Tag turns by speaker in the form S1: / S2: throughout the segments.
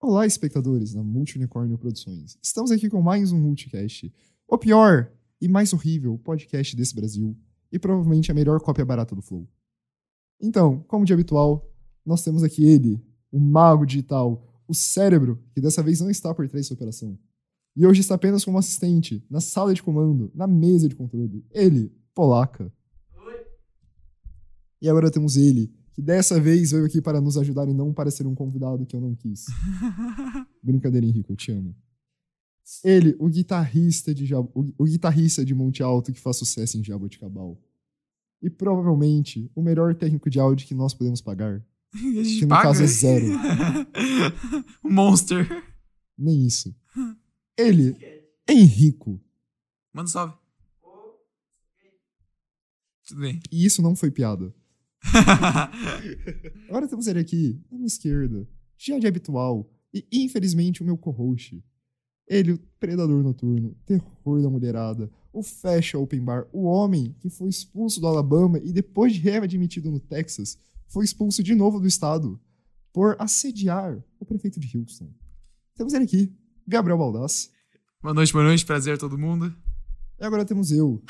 S1: Olá, espectadores da Multiunicórnio Produções. Estamos aqui com mais um Multicast, o pior e mais horrível podcast desse Brasil e provavelmente a melhor cópia barata do Flow. Então, como de habitual, nós temos aqui ele, o mago digital, o cérebro, que dessa vez não está por trás dessa operação. E hoje está apenas como assistente, na sala de comando, na mesa de controle. Ele, Polaca. E agora temos ele, que dessa vez veio aqui para nos ajudar e não para ser um convidado que eu não quis. Brincadeira, Henrique, eu te amo. Ele, o guitarrista de Jabo- o, gui- o guitarrista de Monte Alto que faz sucesso em Jaboticabal. E provavelmente o melhor técnico de áudio que nós podemos pagar.
S2: A gente
S1: Que no
S2: paga.
S1: caso é zero.
S2: Monster.
S1: Nem isso. Ele, Henrico.
S2: Manda um salve. Tudo bem.
S1: E isso não foi piada. Agora temos ele aqui, à minha esquerda, já de habitual, e infelizmente o meu co-host. Ele, o predador noturno, terror da mulherada, o Fashion Open Bar, o homem que foi expulso do Alabama e depois de readmitido no Texas, foi expulso de novo do estado por assediar o prefeito de Houston. Temos ele aqui, Gabriel Baldassi.
S2: boa noite, boa noite. Prazer a todo mundo.
S1: E agora temos eu,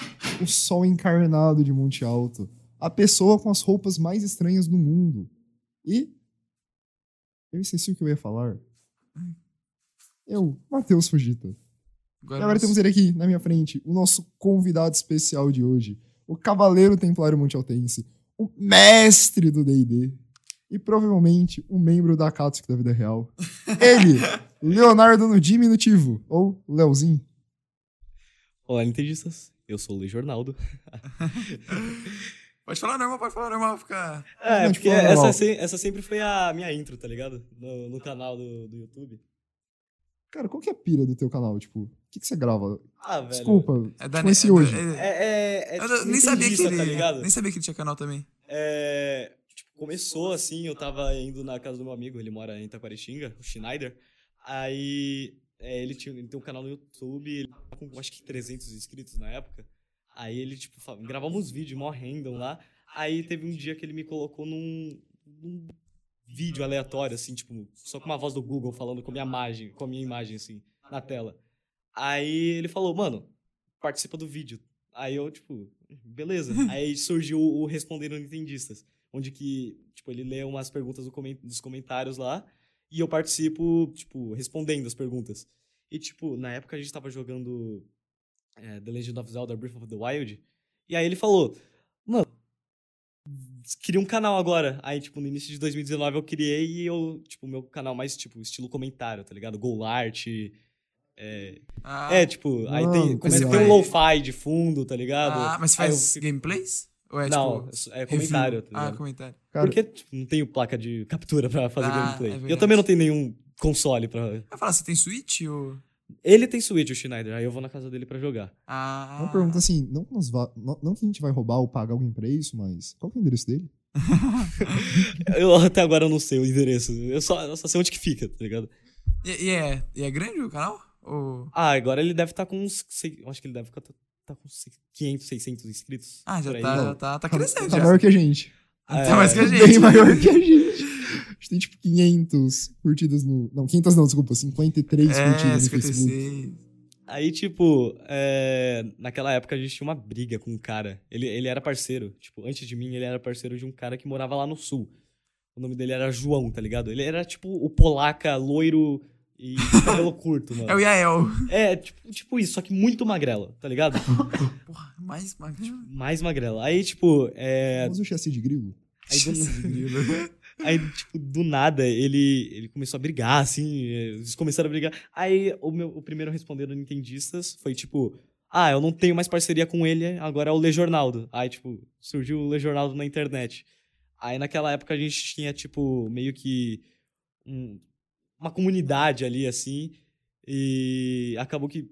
S1: o sol encarnado de Monte Alto, a pessoa com as roupas mais estranhas do mundo. E. Eu esqueci o que eu ia falar. Eu, Matheus Fujita. E agora
S2: nós-
S1: temos ele aqui na minha frente, o nosso convidado especial de hoje, o Cavaleiro Templário Montealtense, o mestre do DD e provavelmente um membro da Akatsuki da vida real. Ele, Leonardo no diminutivo, ou Leozinho.
S3: Olá, Nintendistas. Eu sou o Luiz Jornaldo.
S2: Pode falar normal, pode falar normal. Fica...
S3: É,
S1: Não,
S3: porque
S1: tipo, normal.
S3: essa, se- essa sempre foi a minha intro, tá ligado? No, no canal do, do YouTube.
S1: Cara, qual que é a pira do teu canal? Tipo, o que, que você grava?
S3: Ah, velho.
S1: Desculpa,
S2: É
S1: te conheci Tipo hoje.
S2: é-
S3: É, é, é
S2: eu
S3: tipo,
S2: nem sabia que
S3: nintendista,
S2: ele...
S3: tá ligado?
S2: nem sabia que ele tinha canal também.
S3: É, tipo, começou assim, eu tava indo na casa do meu amigo, ele mora em Itaquaritinga, o Schneider. Aí é, ele, tinha, ele tem um canal no YouTube, ele tava com acho que 300 inscritos na época. Aí ele, tipo, fa- gravava uns vídeos mó random lá. Aí teve um dia que ele me colocou num, num vídeo aleatório, assim, tipo, só com uma voz do Google falando com a minha imagem, com a minha imagem, assim, na tela. Aí ele falou, mano, participa do vídeo. Aí eu, tipo, beleza. Aí surgiu o Respondendo Nintendistas, onde que, tipo, ele lê umas perguntas do comen- dos comentários lá e eu participo, tipo, respondendo as perguntas. E, tipo, na época a gente tava jogando é, The Legend of Zelda Breath of the Wild, e aí ele falou, mano, queria um canal agora. Aí, tipo, no início de 2019 eu criei e eu, tipo, meu canal mais, tipo, estilo comentário, tá ligado? Goal Art,
S2: Ah,
S3: é, tipo, aí tem,
S1: Mano,
S3: começa a ter
S2: mas
S3: um
S2: vai-
S3: lo-fi de fundo, tá ligado?
S2: ah, mas você
S3: Aí eu
S2: faz
S3: fico-
S2: gameplays? Ou é
S3: não,
S2: tipo...
S3: é
S2: review?
S3: comentário, tá
S2: Ah,
S3: ligado?
S2: comentário.
S1: Cara,
S3: Porque tipo, não tenho placa de captura pra fazer
S2: Ah, é
S3: gameplay. eu
S2: verdade.
S3: também não tenho nenhum console pra.
S2: Eu ia falar, você tem Switch ou...
S3: Ele tem Switch, o Schneider, aí eu vou na casa dele pra jogar.
S2: Ah...
S1: uma pergunta assim, não que, nós vá- não- não que a gente vai roubar ou pagar alguém pra isso, mas qual que é o endereço dele?
S3: Eu até agora eu não sei o endereço. Eu só, eu só sei onde que fica, tá ligado?
S2: E, e é, e é grande o canal? Ou...
S3: Ah, agora ele deve estar com uns. sei- eu acho que ele deve estar tá com uns 500, 600 inscritos.
S2: Ah, já
S3: por aí.
S2: tá,
S1: não.
S2: já tá,
S1: Tá,
S2: tá crescendo
S1: tá
S2: já.
S1: maior que a gente.
S3: É,
S2: Tá mais que a gente.
S1: Ah, Bem maior que a gente. A gente tem tipo 500 curtidas no. Não, 500 não, desculpa, 53
S2: É,
S1: curtidas no Facebook.
S2: 56.
S3: Aí, tipo, é, naquela época a gente tinha uma briga com um cara. Ele, ele era parceiro. Tipo, antes de mim, ele era parceiro de um cara que morava lá no sul. O nome dele era João, tá ligado? Ele era, tipo, o polaca, loiro e de cabelo curto,
S2: É o
S3: mano.
S2: Yael.
S3: É, tipo, tipo isso, só que muito magrelo, tá ligado?
S2: Porra, mais magro.
S3: Mais magrelo. Aí, tipo, é.
S1: Vamos o chassi de grilo?
S3: Aí, do... aí, tipo, do nada, ele, ele começou a brigar, assim, eh, eles começaram a brigar. Aí, o, meu, o primeiro a responder do Nintendistas foi, tipo, ah, eu não tenho mais parceria com ele, agora é o Lejornaldo. Aí, tipo, surgiu o Lejornaldo na internet. Aí, naquela época, a gente tinha, tipo, meio que um- uma comunidade ali, assim, e acabou que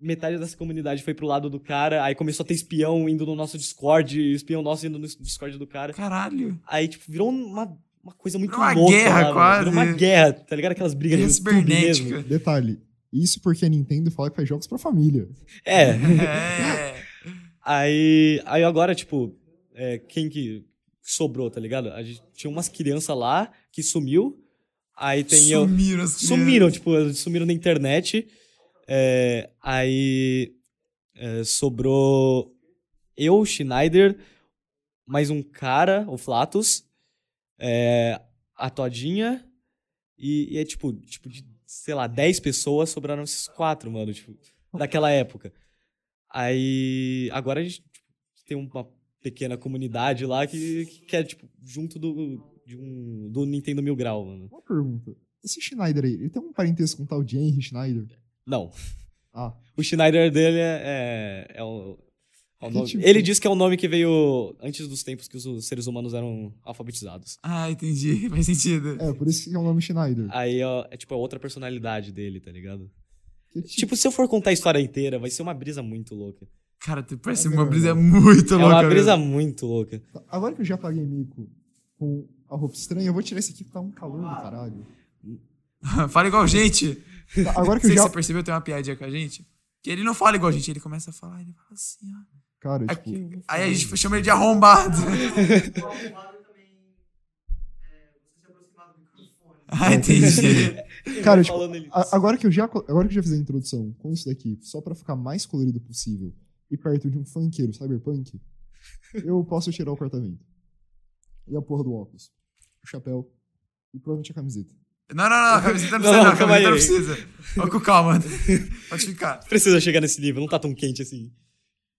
S3: metade dessa comunidade foi pro lado do cara, aí começou a ter espião indo no nosso Discord, espião nosso indo no Discord do cara.
S2: Caralho.
S3: Aí, tipo, virou uma, uma coisa muito
S2: Virou uma
S3: louca.
S2: guerra,
S3: lá, mano. Virou
S2: quase.
S3: uma guerra, tá ligado? Aquelas brigas
S1: é
S3: de
S2: Guerra
S3: YouTube mesmo.
S2: cibernética.
S1: Detalhe. Isso porque a Nintendo fala que faz jogos pra família.
S3: É.
S2: É.
S3: Aí, aí agora, tipo, é, quem que sobrou, tá ligado? A gente tinha umas crianças lá que sumiu. Aí tem eu.
S2: Sumiram as crianças.
S3: Sumiram, tipo, eles sumiram na internet. É, aí é, sobrou eu, o Schneider, mais um cara, o Flatus, é, a Todinha, e, e é tipo, tipo, de, sei lá, 10 pessoas sobraram esses quatro, mano, tipo, daquela época. Aí agora a gente tipo, tem uma pequena comunidade lá que, que é, tipo, junto do, de um, do Nintendo Mil Grau, mano.
S1: Uma pergunta. Esse Schneider aí, ele tem um parentesco com o tal de Henry Schneider?
S3: Não.
S1: Ah,
S3: O Schneider dele é, é, é o, é o
S1: Que
S3: nome.
S1: tipo?
S3: Ele diz que é o nome que veio antes dos tempos que os seres humanos eram alfabetizados.
S2: Ah, entendi. Faz sentido.
S1: é, por isso que é o nome Schneider.
S3: Aí ó, é tipo a outra personalidade dele, tá ligado?
S1: Que
S3: Tipo, se eu for contar a história inteira, vai ser uma brisa muito louca.
S2: Cara, tu parece
S1: É
S2: uma
S1: verdade.
S2: brisa muito
S3: É
S2: louca.
S3: uma
S2: velho.
S3: brisa muito louca.
S1: Agora que eu já paguei mico com a roupa estranha, eu vou tirar esse aqui que tá um calor do caralho.
S2: Fala igual gente.
S1: Tá, Agora que eu
S2: Sei que
S1: já.
S2: você percebeu, tem uma piadinha com a gente. Que ele não fala igual a gente, ele começa a falar, ele fala assim, ó.
S1: Cara,
S2: É
S1: tipo.
S2: Aí a gente chama ele de arrombado. ah, entendi.
S1: Cara,
S3: Eu
S1: tipo,
S3: falando ele-
S1: a- agora que eu já, agora que eu já fiz a introdução com isso daqui, só pra ficar mais colorido possível e perto de um funkeiro cyberpunk, eu posso tirar o cortamento. E a porra do óculos, o chapéu e provavelmente a camiseta.
S2: Não, não, não, a camiseta não
S3: Não,
S2: precisa, não, a camiseta
S3: calma
S2: não
S3: aí.
S2: precisa. Ó, com calma. Pode ficar.
S3: Precisa chegar nesse nível, não tá tão quente assim.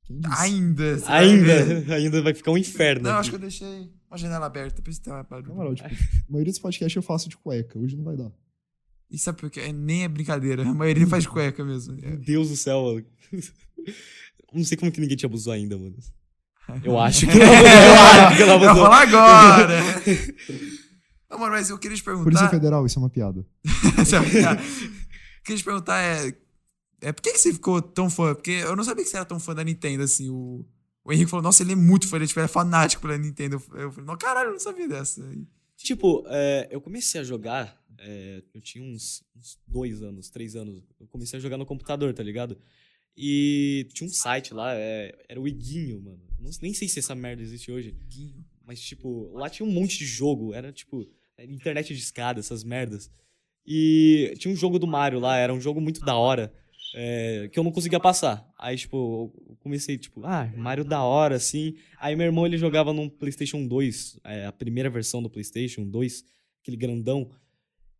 S1: Quem disse?
S2: Ainda. você vai ver.
S3: Ainda, ainda vai ficar um inferno.
S2: Não,
S3: aqui.
S2: acho que eu deixei uma janela aberta, por isso tá, que tem uma barulho.
S1: Na moral, tipo, a maioria dos podcasts eu faço de cueca, hoje não vai dar.
S2: E sabe por quê? É- Nem é brincadeira. A maioria faz cueca mesmo. É.
S3: Meu Deus do céu, mano. Não sei como que ninguém te abusou ainda, mano. Eu acho que não. Eu acho que ela
S2: Eu vou
S3: abusou.
S2: falar agora! Não, mano, mas eu queria te
S1: Polícia
S2: perguntar.
S1: Federal, isso é uma piada.
S2: Sabe, cara? O que eu ia te perguntar é. É por que que você ficou tão fã? Porque eu não sabia que você era tão fã da Nintendo, assim. O, o Henrique falou, nossa, ele é muito fã, ele tipo, ele é fanático pela Nintendo. Eu falei, não, caralho, eu não sabia dessa.
S3: Tipo, é, eu comecei a jogar. é, eu tinha uns, uns dois anos, três anos. Eu comecei a jogar no computador, tá ligado? E tinha um site lá, é, era o Iguinho, mano. Eu não- nem sei se essa merda existe hoje. Mas, tipo, lá tinha um monte de jogo. Era, tipo, era internet de escada, essas merdas. E tinha um jogo do Mario lá, era um jogo muito da hora. é, que eu não conseguia passar. Aí, tipo, eu comecei, tipo, ah, Mario da hora, assim. Aí meu irmão, ele jogava num PlayStation 2, é, a primeira versão do PlayStation 2, aquele grandão.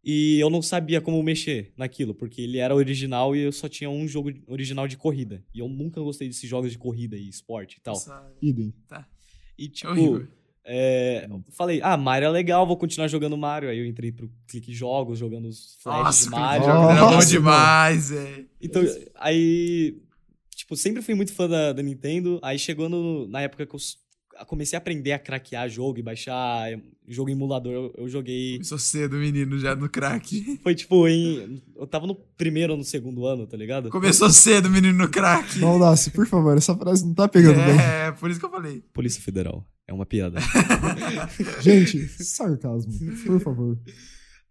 S3: E eu não sabia como mexer naquilo, porque ele era original e eu só tinha um jogo original de corrida. E eu nunca gostei desses jogos de corrida e esporte e tal.
S2: Nossa,
S1: Idem.
S3: E, tipo,
S2: é horrível.
S3: é, eu falei, ah, Mario é legal, vou continuar jogando Mario. Aí eu entrei pro Clique Jogos, jogando os flash
S2: Nossa,
S3: de
S2: aquele
S3: Mario.
S1: Clique
S2: jogo
S1: Jogos
S2: era bom
S1: Nossa,
S2: demais, velho.
S3: Então, aí, tipo, sempre fui muito fã da, da Nintendo. Aí chegou no- na época que eu s- comecei a aprender a craquear jogo e baixar em- jogo em emulador, eu, eu joguei.
S2: Começou cedo, menino, já no crack.
S3: Foi tipo em. Eu tava no primeiro ou no segundo ano, tá ligado?
S2: Começou cedo, menino, no crack.
S1: Baldaço, por favor, essa frase não tá pegando bem.
S2: É, por isso que eu falei.
S3: Polícia Federal. É uma piada.
S1: Gente, sarcasmo, por favor.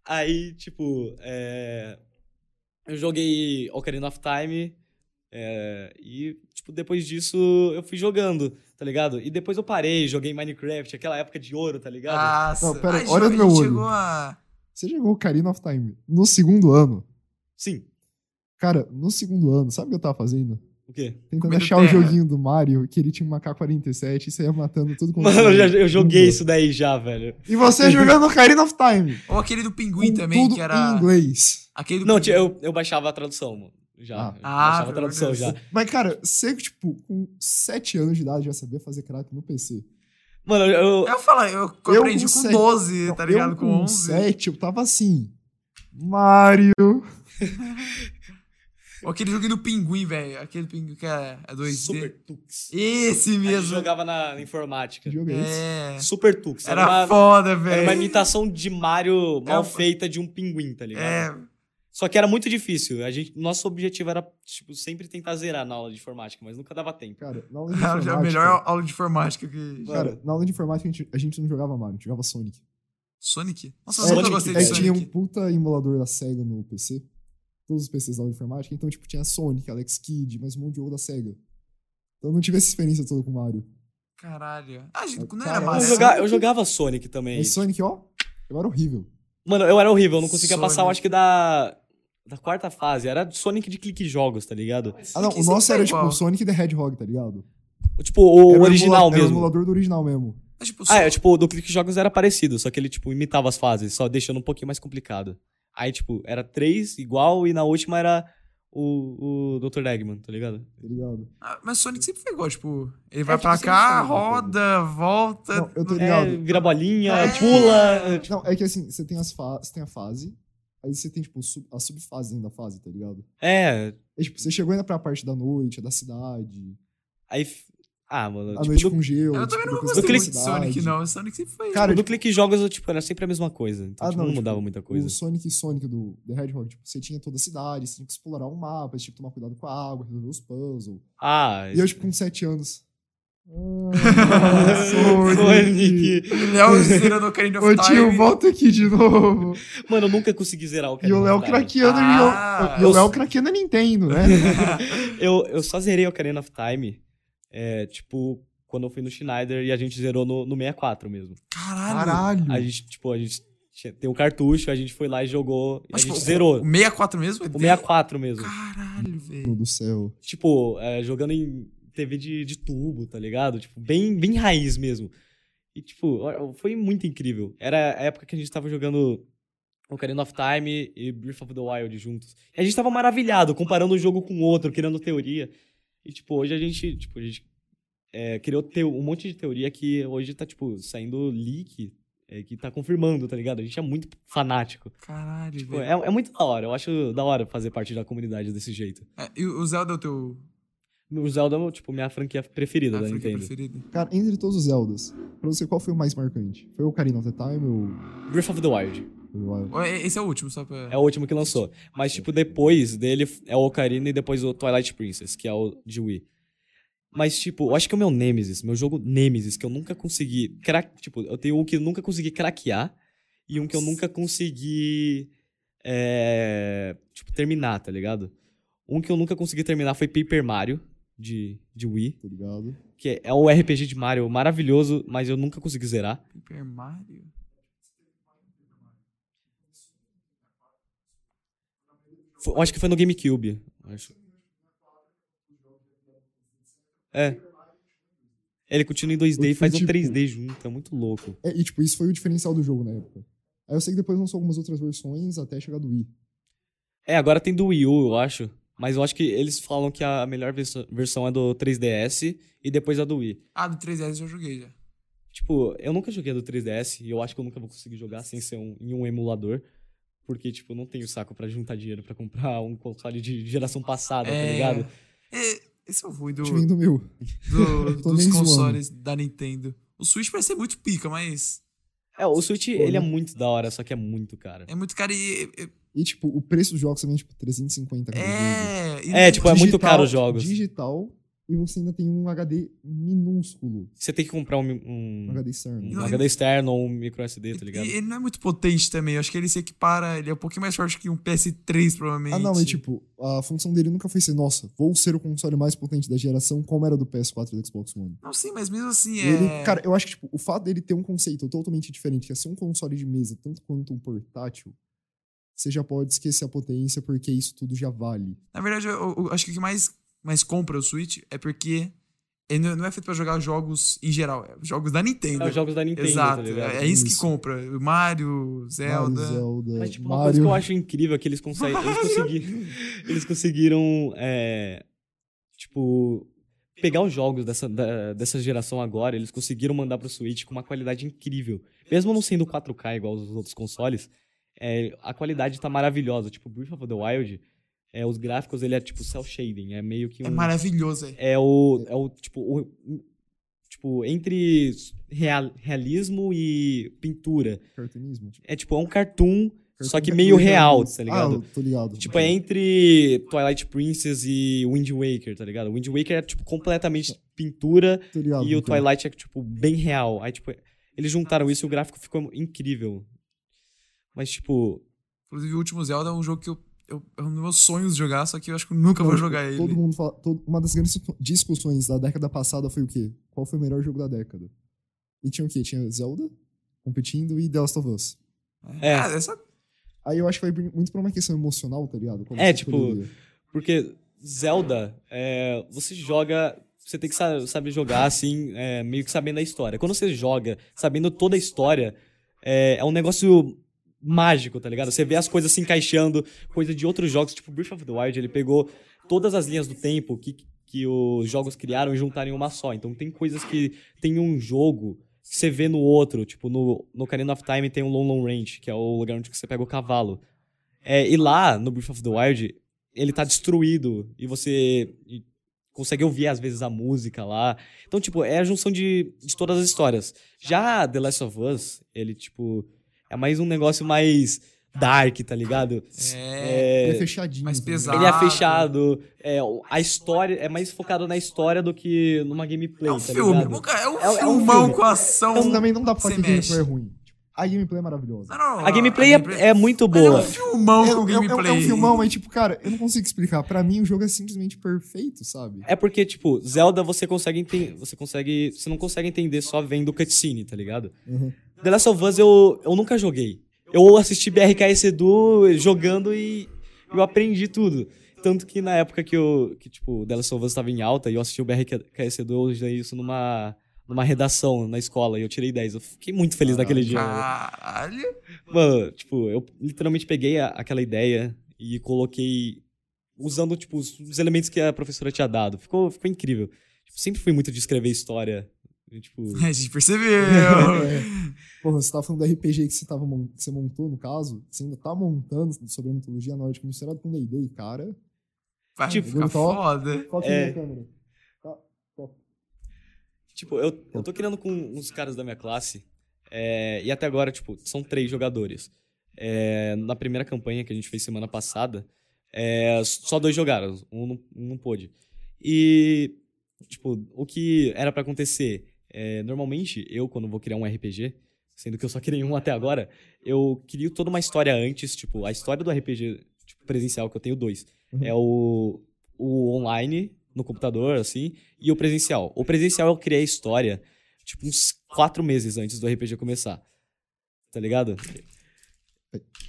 S3: Aí, tipo, é, eu joguei Ocarina of Time é, e, tipo, depois disso eu fui jogando, tá ligado? E depois eu parei, joguei Minecraft, aquela época de ouro, tá ligado?
S2: Nossa,
S1: Não, pera,
S2: Ai,
S1: olha
S2: a
S1: no meu
S2: gente
S1: olho.
S2: chegou a-
S1: Você jogou Ocarina of Time no segundo ano.
S3: Sim,
S1: Cara, no segundo ano, sabe o que eu tava fazendo?
S3: o quê?
S1: Tentando
S2: Comendo
S1: achar o
S2: terra.
S1: joguinho do Mario, que ele tinha uma K-47 e saía matando tudo com
S3: Mano, eu, já- eu joguei isso daí já, velho.
S1: E você jogando Ocarina of Time.
S2: Ou aquele do pinguim
S1: Com
S2: também,
S1: tudo
S2: que era.
S1: em inglês.
S2: Aquele do
S3: Não,
S2: pinguim.
S3: tia, eu, eu baixava a tradução, mano. Já.
S1: Ah.
S3: Eu
S2: Ah,
S3: baixava
S2: pelo
S3: a tradução
S2: Deus.
S3: já.
S1: Mas, cara, você, tipo, com 7 anos de idade já sabia fazer crack no PC.
S3: Mano, eu.
S2: Eu falo, eu aprendi
S1: com
S2: com
S1: sete-
S2: 12,
S1: Não,
S2: tá ligado?
S1: eu,
S2: com 11.
S1: 7, eu tava assim. Mario.
S2: Ou aquele joguinho do pinguim, velho. Aquele pinguim que é, é 2D.
S3: Super Tux.
S2: Esse
S3: Eu
S2: mesmo.
S3: jogava na, na informática.
S1: Que jogo é esse?
S2: É.
S3: Super Tux.
S2: Era
S3: uma-
S2: foda,
S3: Era uma
S2: velho.
S3: imitação de Mario mal
S2: É.
S3: feita de um pinguim, tá
S1: né?
S3: ligado?
S2: É,
S3: Só que era muito difícil. A gente, nosso objetivo era, tipo, sempre tentar zerar na aula de informática, mas nunca dava tempo.
S1: Cara, na aula de
S2: era
S1: informática.
S2: a é melhor aula de informática que.
S3: Mano.
S1: Cara, na aula de informática a gente, a gente não jogava Mario, a gente jogava Sonic.
S2: Sonic? Nossa, eu
S1: É,
S2: nunca
S3: Sonic,
S2: gostei
S1: É
S2: de
S1: que tinha um
S2: Sonic.
S1: puta emulador da SEGA no PC. Todos os PCs da aula de informática. Então, tipo, tinha Sonic, Alex Kidd, mais um monte de jogo da SEGA. Então eu não tive essa experiência toda com Mario.
S2: Caralho. Ah, gente, não
S1: Cara,
S2: era
S1: eu
S3: Eu,
S1: jogava-
S2: mais.
S1: É
S3: joga- eu jogava Sonic também.
S1: Mas Sonic, ó, eu era horrível.
S3: Mano, eu era horrível, eu não conseguia
S2: Sonic.
S3: passar, eu acho que da. Da quarta fase. Era Sonic de clique jogos, tá ligado?
S1: Ah, não,
S2: Aqui
S1: o nosso
S2: sempre
S1: era
S2: é
S1: tipo
S2: igual.
S1: Sonic the Hedgehog, tá ligado?
S3: Tipo, o
S1: Era
S3: original
S1: emula- Era o
S3: mesmo.
S1: emulador do original mesmo.
S2: Mas, tipo,
S3: Ah,
S2: Sonic-
S3: é, tipo, o do clique jogos era parecido, só que ele, tipo, imitava as fases, só deixando um pouquinho mais complicado. Aí, tipo, era três igual e na última era o, o Dr. Eggman, tá ligado?
S1: Tá ligado?
S2: Ah, Mas Sonic sempre foi igual, tipo, ele vai
S3: tipo,
S2: pra
S3: sempre
S2: cá,
S3: foi igual, tipo,
S2: roda, volta.
S1: Não, eu tô
S2: no-
S1: ligado.
S3: É, vira bolinha,
S2: É.
S3: pula.
S1: Não, é que assim, você tem, as fa você tem a fase, aí você tem, tipo, sub- a subfase ainda da fase, tá ligado?
S3: É,
S1: É, tipo, você chegou ainda pra parte da noite, a da cidade,
S3: aí. f- Ah, mano,
S1: a
S3: tipo,
S1: noite
S3: do,
S1: com gelo.
S2: Eu também
S1: tipo, depois
S2: não gostei
S1: da
S2: muito de
S1: cidade.
S2: Sonic, não. O Sonic sempre foi.
S1: Cara,
S3: do
S1: tipo,
S3: clique jogos, eu, tipo, era sempre a mesma coisa. Então,
S1: Ah,
S3: tipo,
S1: não,
S3: não,
S1: tipo,
S3: mudava muita coisa.
S1: o Sonic e Sonic do The Hedgehog, tipo, você tinha toda a cidade, você tinha que explorar o mapa, você tinha que tomar cuidado com a água, resolver os puzzles.
S3: Ah,
S1: E eu, tipo, com 7 anos.
S3: é Sonic.
S2: O Léo zerando Ocarina of
S1: Ô
S2: Time.
S3: um
S1: tio, volta aqui de novo.
S3: Mano, eu nunca consegui zerar o
S1: E o
S3: Ocarina
S1: Léo
S3: of Time.
S1: craqueando
S2: Ah,
S1: e o- e o
S2: eu-
S1: Léo craqueando a Nintendo, né?
S3: Eu, eu só zerei o Ocarina of Time, é, tipo, quando eu fui no Schneider e a gente zerou no, no 64 mesmo.
S2: Caralho.
S1: Caralho.
S3: A gente, tipo, a gente tinha- tem um cartucho, a gente foi lá e jogou, e
S2: Mas,
S3: a
S2: tipo,
S3: gente
S2: O
S3: zerou.
S2: 64 mesmo?
S3: O 64 mesmo.
S2: Caralho, velho.
S1: Meu Deus do céu.
S3: Tipo, é, jogando em TV de, de tubo, tá ligado? Tipo, bem, bem raiz mesmo. E, tipo, ó, foi muito incrível. Era a época que a gente tava jogando Ocarina of Time e Breath of the Wild juntos. E a gente tava maravilhado, comparando um jogo com o outro, criando teoria. E, tipo, hoje a gente, tipo, a gente é, criou teo- um monte de teoria que hoje tá, tipo, saindo leak, é, que tá confirmando, tá ligado? A gente é muito fanático.
S2: Caralho,
S3: Tipo,
S2: velho.
S3: é, é muito da hora. Eu acho da hora fazer parte da comunidade desse jeito.
S2: É, e o Zelda é o teu
S3: O Zelda é, tipo, minha franquia preferida né,
S2: a
S3: da
S2: franquia
S3: Nintendo.
S2: preferida?
S1: Cara, entre todos os Zeldas, pra você, qual foi o mais marcante? Foi o Ocarina of the Time ou
S3: Breath of the Wild.
S1: ou o
S2: Ou é- Esse é o último, só pra.
S3: É o último que lançou. Mas, tipo, depois dele é o Ocarina e depois o Twilight Princess, que é o de Wii. Mas, tipo, eu acho que o meu Nemesis, meu jogo Nemesis, que eu nunca consegui. Cra... Tipo, eu tenho um que eu nunca consegui craquear e um que eu nunca consegui. é, Tipo, terminar, tá ligado? Um que eu nunca consegui terminar foi Paper Mario, de, de Wii,
S1: tá ligado?
S3: que é um RPG de Mario maravilhoso, mas eu nunca consegui zerar.
S2: Paper Mario?
S3: Foi- eu acho que foi no GameCube. eu Acho. É. Ele continua em 2D e
S1: Eu fui,
S3: faz um
S1: tipo,
S3: 3D junto, é muito louco.
S1: É, e tipo, isso foi o diferencial do jogo na época. Aí eu sei que depois lançou algumas outras versões até chegar do Wii.
S3: É, agora tem do Wii U, eu acho. Mas eu acho que eles falam que a melhor verso- versão é do 3DS e depois a do Wii.
S2: Ah, do 3DS eu já joguei já.
S3: Tipo, eu nunca joguei a do 3DS e eu acho que eu nunca vou conseguir jogar sem ser um, em um emulador. Porque, tipo, eu não tenho saco pra juntar dinheiro pra comprar um console de geração passada, tá ligado? Tipo,
S2: É, esse é o ruim do,
S1: Te vendo o meu.
S2: do-
S1: Tô
S2: dos
S1: nem zoando.
S2: consoles da Nintendo. O Switch parece ser muito pica, mas
S3: É, o Switch,
S1: Pô,
S3: ele é
S1: né?
S3: muito da hora, só que é muito caro.
S2: é muito caro e.
S1: E tipo, o preço dos jogos também, tipo, 350
S2: É.
S1: cada jogo.
S2: É, e-
S3: É, tipo, é muito
S1: Digital-
S3: caro os jogos.
S1: Digital e você ainda tem um HD minúsculo.
S3: Você tem que comprar um,
S1: Um
S3: um,
S1: HD externo.
S3: um
S2: Não,
S3: HD externo ou um micro SD, tá ligado?
S2: E ele não é muito potente também. Eu acho que ele se equipara. Ele é um pouquinho mais forte que um PS3, provavelmente.
S1: Ah, não, e tipo, a função dele nunca foi ser, nossa, vou ser o console mais potente da geração, como era do PS4 e do Xbox One.
S2: Não, sim, mas mesmo assim é.
S1: Ele, cara, eu acho que tipo, o fato dele ter um conceito totalmente diferente, que é ser um console de mesa, tanto quanto um portátil, você já pode esquecer a potência, porque isso tudo já vale.
S2: Na verdade, eu, eu acho que o que mais, mais compra o Switch é porque ele não não é feito pra jogar jogos em geral, é jogos da Nintendo.
S3: É os jogos da Nintendo,
S2: Exato,
S3: tá ligado?
S2: é, é isso que
S1: Isso.
S2: compra. Mario, Zelda.
S1: Mario, Zelda,
S3: Mas, tipo, uma coisa
S1: Mario.
S3: que eu acho incrível é que eles conseguem. Eles conseguiram. eles conseguiram. é, tipo. Pegar os jogos dessa, da- dessa geração agora, eles conseguiram mandar pro Switch com uma qualidade incrível. Mesmo não sendo 4K igual os outros consoles, é, a qualidade tá maravilhosa. Tipo, Breath of the Wild, é, os gráficos, ele é tipo cel shading. É meio que um.
S2: É maravilhoso, é.
S3: é o, é o tipo, o- tipo entre real- realismo e pintura.
S1: Cartunismo. tipo,
S3: É tipo, é um cartoon, só que
S1: cartoon
S3: meio
S1: cartoon.
S3: real, tá ligado?
S1: Ah, eu tô ligado.
S3: Tipo, é entre Twilight Princess e Wind Waker, tá ligado? Wind Waker é, tipo, completamente pintura
S1: tô ligado.
S3: e o
S1: porque-
S3: Twilight é, tipo, bem real. Aí, tipo, eles juntaram isso e o gráfico ficou incrível. Mas, tipo,
S2: Inclusive, o último Zelda é um jogo que eu, eu, é um dos meus sonhos de jogar, só que eu acho que eu nunca vou
S1: Então,
S2: jogar ele.
S1: Todo mundo fala. todo- uma das grandes discussões da década passada foi o quê? Qual foi o melhor jogo da década? E tinha o quê? Tinha Zelda competindo e The Last of Us.
S3: É.
S2: Ah, essa-
S1: Aí eu acho que vai muito pra uma questão emocional, tá ligado? Como
S3: É,
S1: você
S3: tipo,
S1: escolheria.
S3: Porque Zelda, é, você joga. Você tem que sa- saber jogar, assim, é, meio que sabendo a história. Quando você joga sabendo toda a história, é, é um negócio mágico, tá ligado? Você vê as coisas se encaixando, coisa de outros jogos, tipo Breath of the Wild, ele pegou todas as linhas do tempo que, que os jogos criaram e juntaram em uma só. Então tem coisas que tem um jogo que você vê no outro, tipo no, no Ocarina of Time tem o Long Long Range, que é o lugar onde você pega o cavalo. É, e lá, no Breath of the Wild, ele tá destruído e você e consegue ouvir às vezes a música lá. Então, tipo, é a junção de, de todas as histórias. Já The Last of Us, ele, tipo, é mais um negócio mais dark, tá ligado?
S2: É,
S1: Ele é fechadinho.
S2: mais
S1: tá ligado?
S2: pesado.
S3: Ele é fechado, é, a história é mais focado na história do que numa gameplay,
S2: É um
S3: tá
S2: filme.
S3: ligado?
S2: Nunca- É um
S3: É- é um
S2: filmão
S3: filme.
S2: com ação.
S1: Então também não dá pra falar que
S2: Você mexe.
S1: gameplay é ruim. Tipo, a gameplay é maravilhosa.
S2: Não, não, não,
S3: A gameplay é, é muito
S2: Mas É
S3: boa.
S2: um filmão com
S1: é, é,
S2: gameplay.
S1: é um filmão, mas tipo, cara, eu não consigo explicar. Pra mim, o jogo é simplesmente perfeito, sabe?
S3: É porque, tipo, Zelda você consegue entender. Você consegue. Você não consegue entender só vendo cutscene, tá ligado?
S1: Uhum.
S3: The Last of Us eu, eu nunca joguei. Eu assisti BRKS Edu jogando e eu aprendi tudo. Tanto que na época que eu. Que, tipo, The Last of Us estava em alta e eu assisti o BRKS Edu, eu usei isso numa. Numa redação na escola e eu tirei 10. Eu fiquei muito feliz naquele dia.
S2: Ah,
S3: mano.
S2: Caralho.
S3: Mano, tipo, eu literalmente peguei a- aquela ideia e coloquei usando, tipo, os, os elementos que a professora tinha dado. Ficou, ficou incrível. Tipo, sempre fui muito de escrever história. E, tipo,
S2: A gente percebeu.
S1: É. Porra, você tava falando do RPG que você, tava, mon- que você montou, no caso. Você ainda tá montando sobre a mitologia nórdica misturado com D&D, cara.
S2: Vai
S3: Tipo,
S2: ficar
S1: brutal.
S2: foda.
S1: Foca
S3: É.
S1: na câmera.
S3: tipo eu, eu tô criando com uns caras da minha classe. é, e até agora, tipo, são três jogadores. É, na primeira campanha que a gente fez semana passada, é, só dois jogaram. Um não, um não pôde. E, tipo, o que era pra acontecer? É, normalmente, eu, quando vou criar um RPG, sendo que eu só criei um até agora, eu crio toda uma história antes, tipo, a história do RPG tipo, presencial, que eu tenho dois.
S1: Uhum.
S3: É o, o online, no computador, assim, e o presencial. O presencial eu criei a história, tipo, uns quatro meses antes do RPG começar. Tá ligado?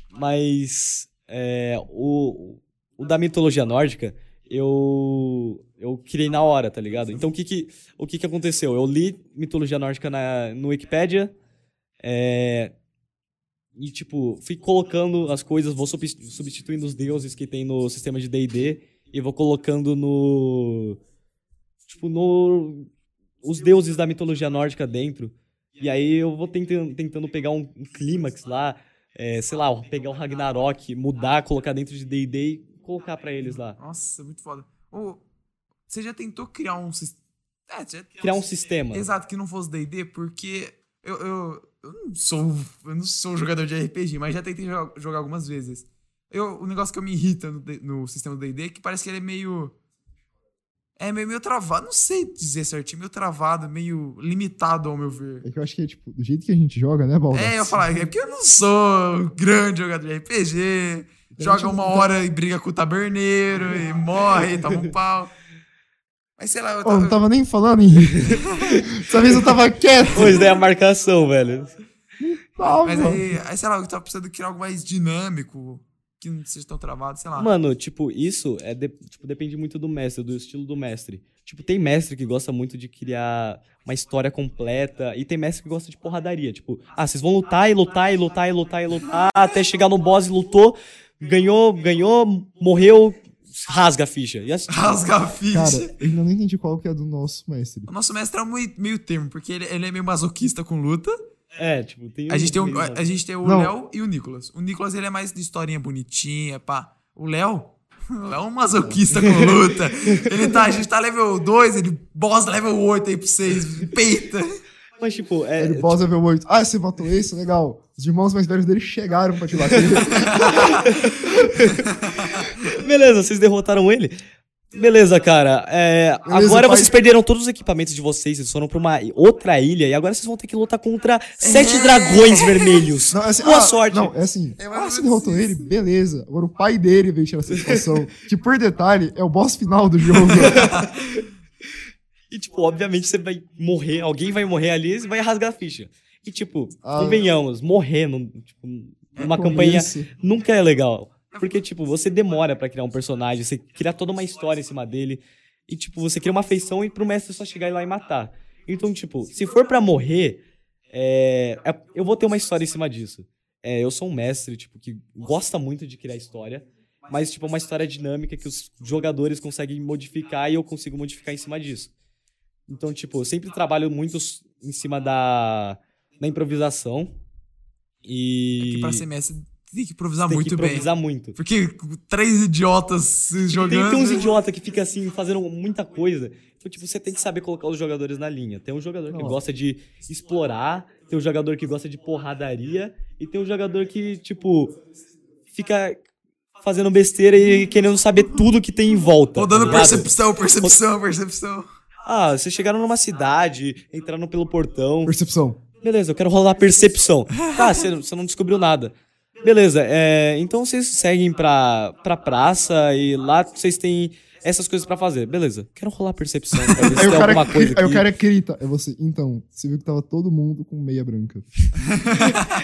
S3: Mas é, o, o da mitologia nórdica, eu eu criei na hora, tá ligado? Então o que que, o que, que aconteceu? Eu li mitologia nórdica na, no Wikipedia é, e, tipo, fui colocando as coisas, vou subs- substituindo os deuses que tem no sistema de D&D e vou colocando no... Tipo, no... Os deuses da mitologia nórdica dentro. E aí eu vou tentando, tentando pegar um, um clímax lá, é, sei lá, pegar o Ragnarok, mudar, colocar dentro de D&D e colocar pra eles lá.
S2: Nossa, muito foda. Ô, você já tentou criar um sistema. É, você já...
S3: Criar um sistema.
S2: Exato, que não fosse DD, porque eu, eu, eu não sou. Eu não sou jogador de RPG, mas já tentei jo- jogar algumas vezes. Eu, o negócio que eu me irrita no, D- no sistema do DD é que parece que ele é meio. É meio, meio travado, não sei dizer certinho, meio travado, meio limitado ao meu ver.
S1: É que eu acho que é, tipo, do jeito que a gente joga, né, Baldas?
S2: É, eu falar, é porque eu não sou um grande jogador de RPG. Joga uma hora e briga com o taberneiro e morre, toma um pau. Mas sei lá, eu
S1: Oh, eu
S2: tava.
S1: não tava nem falando, hein? Essa vez eu tava quieto.
S3: Pois é, a marcação, velho.
S1: Tava.
S2: Mas é aí, aí, sei lá, eu tava precisando criar algo mais dinâmico, que não seja tão travado, sei lá.
S3: Mano, tipo, isso é de- tipo, depende muito do mestre, do estilo do mestre. Tipo, tem mestre que gosta muito de criar uma história completa e tem mestre que gosta de porradaria. Tipo, ah, vocês vão lutar e lutar e lutar e lutar e lutar até chegar no boss e lutou, ganhou, ganhou, morreu, rasga a ficha. E assim,
S2: Rasga a ficha.
S1: Cara, eu ainda não entendi qual que é do nosso mestre.
S2: O nosso mestre é um meio meio termo, porque ele, ele é meio masoquista com luta.
S3: é, tipo, tem
S2: A gente tem, um,
S3: meio-
S2: a, a gente tem o
S1: Não.
S2: Léo e o Nicolas. O Nicolas, ele é mais de historinha bonitinha, pá. O Léo... o Léo é um masoquista com luta. Ele tá, a gente tá level 2, ele boss level 8 aí pra vocês. Peita.
S3: Mas, tipo, é.
S1: Ele boss level 8. Ah, você matou esse? Legal. Os irmãos mais velhos dele chegaram pra te bater.
S3: Beleza, vocês derrotaram ele. Beleza, cara. é,
S1: Beleza,
S3: agora
S1: pai.
S3: vocês perderam todos os equipamentos de vocês, vocês foram pra uma outra ilha e agora vocês vão ter que lutar contra sete dragões vermelhos.
S1: É. Não, é assim,
S3: Boa
S1: ah,
S3: sorte.
S1: Não, é assim.
S2: É mais
S1: ah,
S2: ou
S1: você
S2: menos
S1: derrotou ele? Beleza. Agora o pai dele veio tirar essa situação. que, por detalhe, é o boss final do jogo.
S3: E, tipo, obviamente você vai morrer, alguém vai morrer ali e você vai rasgar a ficha. E, tipo,
S1: Ah. É
S3: convenhamos, morrer não, tipo, Uma campanha nunca é legal. Porque,
S2: assim,
S3: tipo, você demora pra criar um personagem, você criar toda uma história em cima dele. E, tipo, você cria uma feição e pro mestre só chegar lá e matar. Então, tipo, se for pra morrer, é, é- eu vou ter uma história em cima disso. É, eu sou um mestre, tipo, que gosta muito de criar história. Mas, tipo, é uma história dinâmica que os jogadores conseguem modificar e eu consigo modificar em cima disso. Então, tipo, eu sempre trabalho muito s- em cima da, da improvisação. E.
S2: É Que pra ser mestre tem que improvisar
S3: tem
S2: muito
S3: que improvisar muito.
S2: bem. Porque três idiotas se
S3: Tipo, Tem,
S2: jogando.
S3: tem uns idiotas que fica assim, fazendo muita coisa. Então, tipo, você tem que saber colocar os jogadores na linha. Tem um jogador que
S1: Não.
S3: gosta de explorar, tem um jogador que gosta de porradaria, e tem um jogador que, tipo, fica fazendo besteira e querendo saber tudo que tem em volta.
S2: Rodando
S3: tá ligado?
S2: percepção, percepção, percepção.
S3: Ah, vocês chegaram numa cidade, entraram pelo portão.
S1: Percepção.
S3: Beleza, eu quero rolar percepção. Tá, você você não descobriu nada. Beleza, é, então vocês seguem pra, pra praça e lá vocês têm essas coisas pra fazer. Beleza, quero rolar percepção pra ver se
S1: Aí o,
S3: tem
S1: cara,
S3: alguma coisa aqui.
S1: aí o cara grita. É você. Então, você viu que tava todo mundo com meia branca.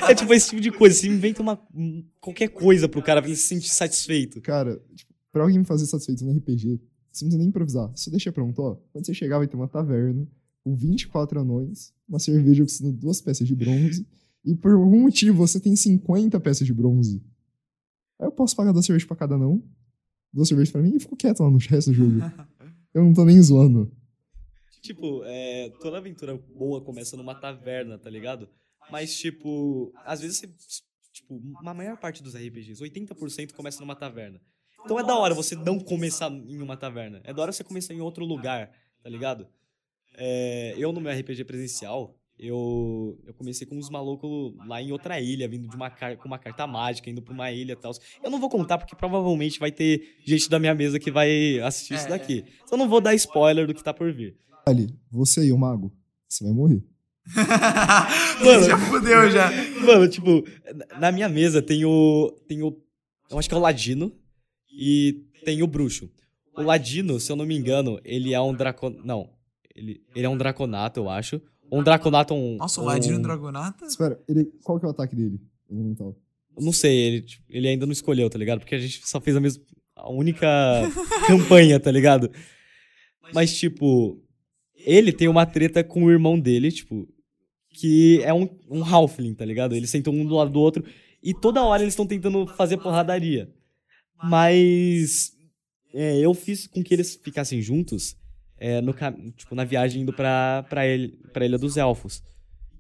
S3: É tipo esse tipo de coisa, você inventa uma, um- qualquer coisa pro cara pra ele se sentir satisfeito.
S1: Cara, tipo, pra alguém me fazer satisfeito no RPG, você não precisa nem improvisar. Só deixa pronto, ó. Quando você chegar, vai ter uma taverna, com 24 anões, uma cerveja oxidando duas peças de bronze, e por algum motivo você tem 50 peças de bronze. Aí eu posso pagar duas cervejas pra cada anão, duas cervejas pra mim, e fico quieto lá no resto do jogo. Eu não tô nem zoando.
S3: Tipo, é, toda aventura boa começa numa taverna, tá ligado? Mas, tipo, às vezes você. Tipo, a maior parte dos RPGs, 80% começa numa taverna. Então é da hora você não começar em uma taverna. É da hora você começar em outro lugar, tá ligado? É, eu, no meu RPG presencial, eu, eu comecei com uns malucos lá em outra ilha, vindo de uma car- com uma carta mágica, indo pra uma ilha e tal. Eu não vou contar, porque provavelmente vai ter gente da minha mesa que vai assistir isso
S2: É,
S3: daqui. Então eu não vou dar spoiler do que tá por vir.
S1: Ali, você e o mago, você vai morrer.
S2: Mano, já fudeu já.
S3: Mano, tipo, na- na minha mesa tem o. Tem o. Eu acho que é o Ladino e tem o Bruxo. O Ladino, se eu não me engano, ele é um Dracon. Não. Ele, ele é um Draconato, eu acho. Ou um Draconato é um.
S2: Nossa, o
S3: um-
S2: Ladino Dragonata?
S1: Espera, ele, qual que é o ataque dele? Elemental.
S3: eu Não sei, ele, tipo, ele ainda não escolheu, tá ligado? Porque a gente só fez a mesma. A única campanha, tá ligado? Mas, tipo, ele tem uma treta com o irmão dele, tipo, que é um, um halfling, tá ligado? Eles sentam um do lado do outro e toda hora eles estão tentando fazer porradaria. Mas é, eu fiz com que eles ficassem juntos é, no cam- tipo, na viagem indo pra, pra, il- pra Ilha dos Elfos.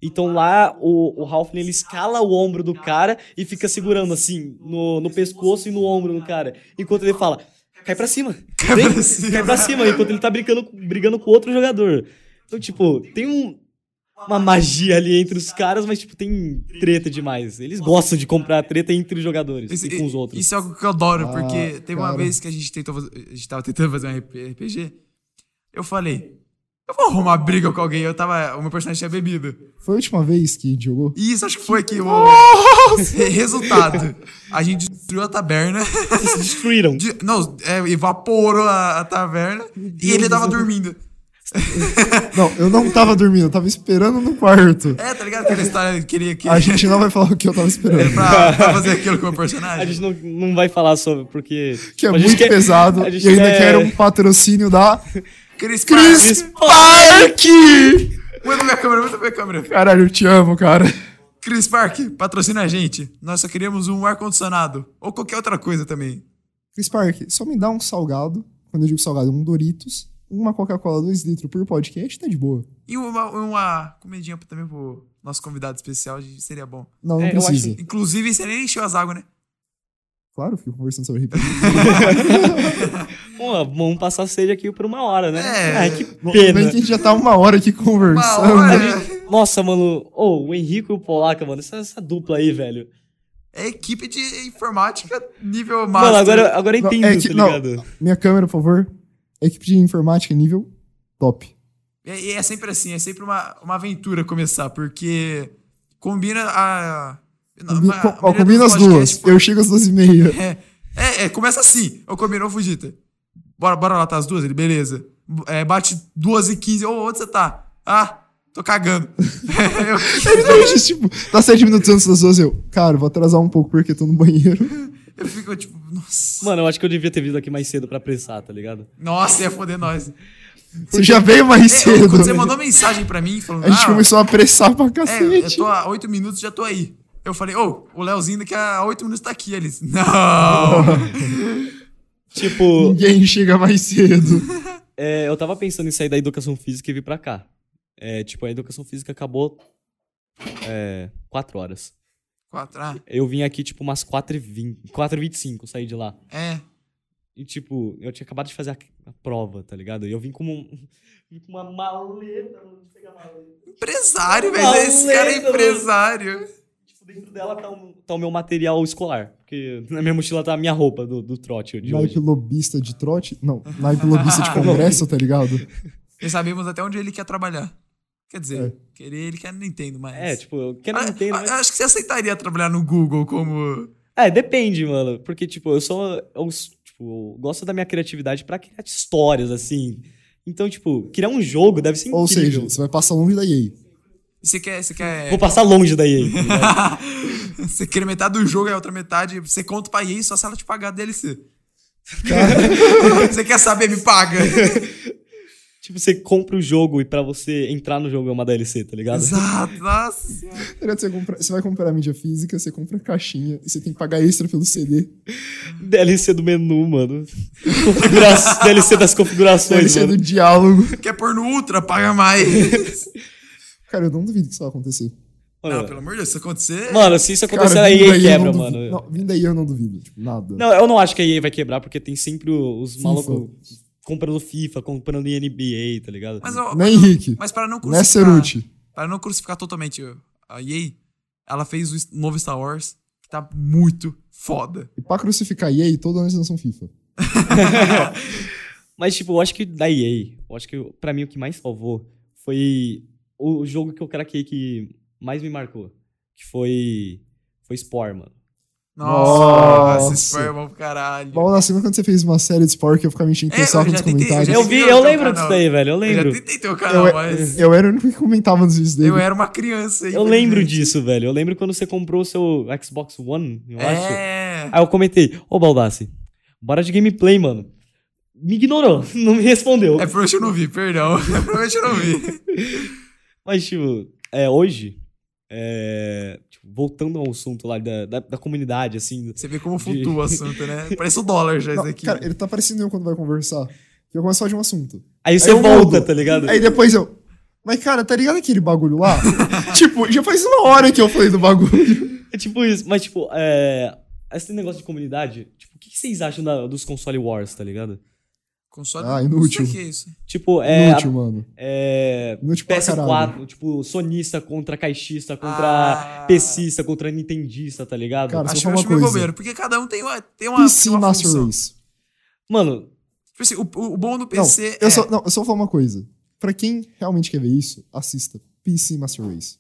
S3: Então lá o, o Halfling ele escala o ombro do cara e fica segurando assim no, no pescoço e no ombro do cara. Enquanto ele fala, cai pra cima. Vem,
S2: pra cima."
S3: Cai pra cima, enquanto ele tá brigando, com- brigando com outro jogador. Então, tipo, tem um- uma magia ali entre os caras, mas, tipo, tem treta demais. Eles gostam de comprar treta entre os jogadores e com os outros.
S2: Isso é algo que eu adoro,
S1: Ah,
S2: porque teve uma
S1: cara.
S2: vez que a gente tentou fazer- a gente tava tentando fazer um RPG. Eu falei, eu vou arrumar briga com alguém. Eu tava. O meu personagem tinha bebido.
S1: Foi a última vez que a gente jogou?
S2: E isso acho que foi que o. Resultado. A gente destruiu a taberna.
S3: Eles destruíram.
S2: de- não, é, evaporou a, a taverna. E ele tava dormindo.
S1: Não, eu não tava dormindo, eu tava esperando no quarto.
S2: É, tá ligado? Aquela história que ele
S1: A
S2: queria
S1: gente não vai falar o que eu tava esperando.
S2: pra, pra fazer aquilo com o meu
S3: A
S2: personagem.
S3: gente não, não vai falar sobre, porque...
S1: Que é
S3: a gente
S1: muito
S3: quer-
S1: pesado.
S3: a
S1: E
S3: gente
S1: ainda
S3: quer-
S1: quero um patrocínio da
S2: Chris, Chris!
S1: Chris Park!
S2: Manda minha câmera, manda minha câmera.
S1: Caralho, eu te amo, cara.
S2: Chris Park, patrocina a gente. Nós só queríamos um ar-condicionado. Ou qualquer outra coisa também.
S1: Chris Park, só me dá um salgado. Quando eu digo salgado, um Doritos, uma Coca-Cola 2 litros por podcast, tá de boa.
S2: E uma, uma comidinha também pro nosso convidado especial gente, seria bom.
S1: Não, não
S3: É, eu acho-
S1: precisa.
S2: Inclusive, você nem encheu as águas, né?
S1: Claro, fico conversando sobre RPG.
S3: Pô, vamos passar sede aqui por uma hora, né?
S2: É.
S3: Ai, que
S1: Bem
S3: pena.
S1: que a gente já tá uma hora aqui conversando.
S2: Uma hora.
S3: A gente- Nossa, mano. Ô, o Henrico e o Polaca, mano. Essa, essa dupla aí, velho.
S2: É equipe de informática nível máximo.
S3: Mano, agora, agora eu
S1: Não,
S3: entendo,
S1: é que-
S3: tá
S1: não.
S3: ligado?
S1: Minha câmera, por favor. Equipe de informática nível top.
S2: E e é sempre assim, é sempre uma, uma aventura começar, porque combina a...
S1: Combi-
S2: a-
S1: com-
S2: a
S1: ó,
S2: maioria
S1: combina
S2: dos
S1: as
S2: podcasts
S1: duas. Eu chego às duas e meia.
S2: É, é, é, começa assim. Eu combinou, Fujita. Bora, bora lá, tá as duas? Ele, beleza. B- é, bate duas e quinze. Ô, onde você tá? Ah, Tô cagando. É, eu,
S1: Ele não diz, tipo, tá sete minutos antes das duas, eu, cara, vou atrasar um pouco porque tô no banheiro.
S2: eu fico tipo, nossa.
S3: Mano, eu acho que eu devia ter vindo aqui mais cedo pra apressar, tá ligado?
S2: Nossa, ia foder nós.
S1: Você já veio mais
S2: É,
S1: cedo.
S2: Quando você mandou mensagem pra mim falando,
S1: A gente
S2: ah,
S1: começou assim, a apressar pra
S2: é, eu
S1: cacete.
S2: tô há oito minutos, já tô aí. Eu falei, ô, o Leozinho daqui a oito minutos tá aqui. Eles, não!
S3: Tipo,
S1: Ninguém chega mais cedo.
S3: é, eu tava pensando em sair da educação física e vir pra cá. É, tipo, a educação física acabou é, quatro horas.
S2: Quatro, ah,
S3: Eu vim aqui, tipo, umas 4h20, 4h25, saí de lá.
S2: é.
S3: E, tipo, eu tinha acabado de fazer a, a prova, tá ligado? E eu vim como um- vim com uma maleta, mano, deixa eu pegar a maleta.
S2: Empresário, velho. Esse cara é
S3: Maluco,
S2: empresário.
S3: Tipo, dentro dela tá, um- tá o meu material escolar. Porque na minha mochila tá a minha roupa do, do trote de
S1: Naipe
S3: hoje.
S1: lobista de trote? Não, naipe lobista de congresso, tá ligado?
S2: E sabemos até onde ele quer trabalhar. Quer dizer, querer ele quer Nintendo, mas.
S3: É, tipo, eu quero
S2: Ah,
S3: Nintendo,
S2: ah,
S3: mas...
S2: Acho que você aceitaria trabalhar no Google como.
S3: É, depende, mano. Porque, tipo, eu sou. Eu, s- tipo, eu gosto da minha criatividade pra criar histórias, assim. Então, tipo, criar um jogo deve ser incrível.
S1: Ou seja, você vai passar longe da EA.
S2: Você quer. Você quer.
S3: Vou passar longe daí. tá ligado?
S2: você quer metade do jogo e a outra metade. Você conta pra EA só se ela te pagar a DLC. você quer saber? Me paga.
S3: tipo, você compra o jogo e pra você entrar no jogo é uma DLC, tá ligado?
S2: Exato. Nossa. senhora.
S1: Tá ligado? Você, compra- você vai comprar mídia física, você compra caixinha e você tem que pagar extra pelo CD.
S3: DLC do menu, mano. Configura- DLC das configurações,
S1: DLC
S2: é.
S3: mano.
S1: do diálogo.
S2: Quer pôr no Ultra? Paga mais.
S1: Cara, eu não duvido que isso vai acontecer.
S2: Não,
S3: Mano,
S2: pelo amor de Deus, se acontecer.
S3: mano, se isso acontecer,
S1: Cara,
S3: a
S1: vindo
S3: EA
S1: daí eu
S3: quebra,
S1: não
S3: mano.
S1: duvido. Não, vindo daí eu não duvido, tipo, nada.
S3: Não, eu não acho que a EA vai quebrar, porque tem sempre os
S1: FIFA.
S3: malucos comprando FIFA, comprando em NBA, tá ligado?
S2: Mas, ó,
S1: Nem Henrique,
S2: mas para não
S1: né,
S2: crucificar.
S1: Ceruti?
S2: Para não crucificar totalmente a EA, ela fez o novo Star Wars, que tá muito foda.
S1: E pra crucificar a EA, toda a nação FIFA.
S3: Mas, tipo, eu acho que da EA, eu acho que pra mim o que mais salvou foi o jogo que eu craquei que mais me marcou. Que foi. Foi Spore, mano.
S2: Nossa,
S1: Nossa.
S2: esse Spore é bom pro caralho.
S1: Bom, na segunda, quando você fez uma série de Spore que eu ficava me enchendo
S2: É,
S1: o saco
S2: eu
S1: nos
S2: já tentei,
S1: comentários.
S2: já
S3: Eu vi,
S2: vi
S3: eu
S2: outro
S3: lembro
S2: canal.
S3: disso daí, velho. Eu lembro.
S2: Eu já tentei teu
S1: Eu-
S2: canal,
S1: é-
S2: mas
S1: Eu era o único que comentava nos vídeos dele.
S2: eu era uma criança.
S3: Eu lembro
S2: infelizmente.
S3: disso, velho. Eu lembro quando você comprou o seu Xbox One, eu acho.
S2: É.
S3: Aí eu comentei, ô Baldassi, bora de gameplay, mano. Me ignorou, não me respondeu.
S2: É provavelmente eu não vi, perdão. É provavelmente eu não vi.
S3: Mas, tipo, é, hoje, é, tipo, voltando ao assunto lá da, da, da comunidade, assim.
S2: Você vê como flutua o assunto, né? Parece o dólar já
S1: Não,
S2: isso aqui.
S1: Cara, ele tá parecendo eu quando vai conversar. Eu começo a falar de um assunto.
S3: Aí você
S1: eu
S3: volta,
S1: mudo.
S3: tá ligado?
S1: Aí depois eu. Mas, cara, tá ligado aquele bagulho lá? tipo, já faz uma hora que eu falei do bagulho.
S3: É tipo isso, mas, tipo, é, esse negócio de comunidade, tipo, o que que vocês acham da- dos console wars, tá ligado?
S2: Console.
S1: Ah, inútil.
S2: Não sei o que é isso.
S3: Tipo, é.
S1: Inútil, mano.
S3: é,
S1: Inútil pra caralho.
S3: PS4, tipo, sonista contra caixista, contra
S2: Ah.
S3: PCista, contra nintendista, tá ligado?
S1: Cara, só
S2: Acho,
S1: falar uma
S2: acho meio
S1: coisa.
S2: bobeiro, porque cada um tem uma. Tem
S3: é
S2: uma,
S1: PC
S2: tem uma
S1: Master
S2: função.
S1: Race.
S3: Mano,
S2: Tipo assim, o, o- o bom do
S1: Não,
S2: PC
S1: eu
S2: é.
S1: só, não, eu só vou falar uma coisa. Pra quem realmente quer ver isso, assista PC Master Race.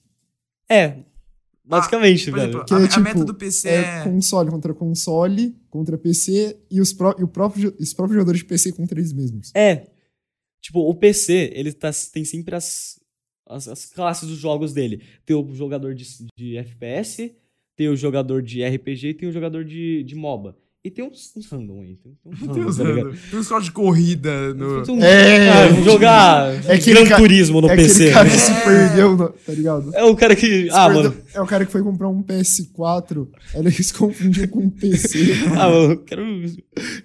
S3: é. Basicamente,
S2: Por
S3: velho.
S2: exemplo,
S1: Que
S2: a,
S1: é,
S2: a
S1: tipo,
S2: meta do PC
S1: É,
S2: é.
S1: console contra console, contra PC e os, pró- e o próprio, jo- os próprios jogadores de PC contra eles mesmos.
S3: É. Tipo, o PC, ele tá, tem sempre as, as, as classes dos jogos dele. Tem o jogador de, de FPS, tem o jogador de RPG e tem o jogador de, de MOBA. E tem uns, uns random aí. Tem, tem uns
S2: Tem
S3: random,
S2: uns
S3: tá ligado?
S2: random. Tem uns códigos de corrida no.
S3: Tem uns-
S1: É,
S3: Ah, vou jogar
S1: É aquele
S3: Gran
S1: ca-
S3: Turismo no
S1: é
S3: PC.
S1: aquele cara
S3: né?
S1: que se perdeu, no- tá ligado?
S3: É o cara que...
S1: Se
S3: Ah,
S1: perdeu-
S3: mano.
S1: É o cara que foi comprar um PS4, ele se confundiu com um PC.
S3: Ah, mano, eu quero...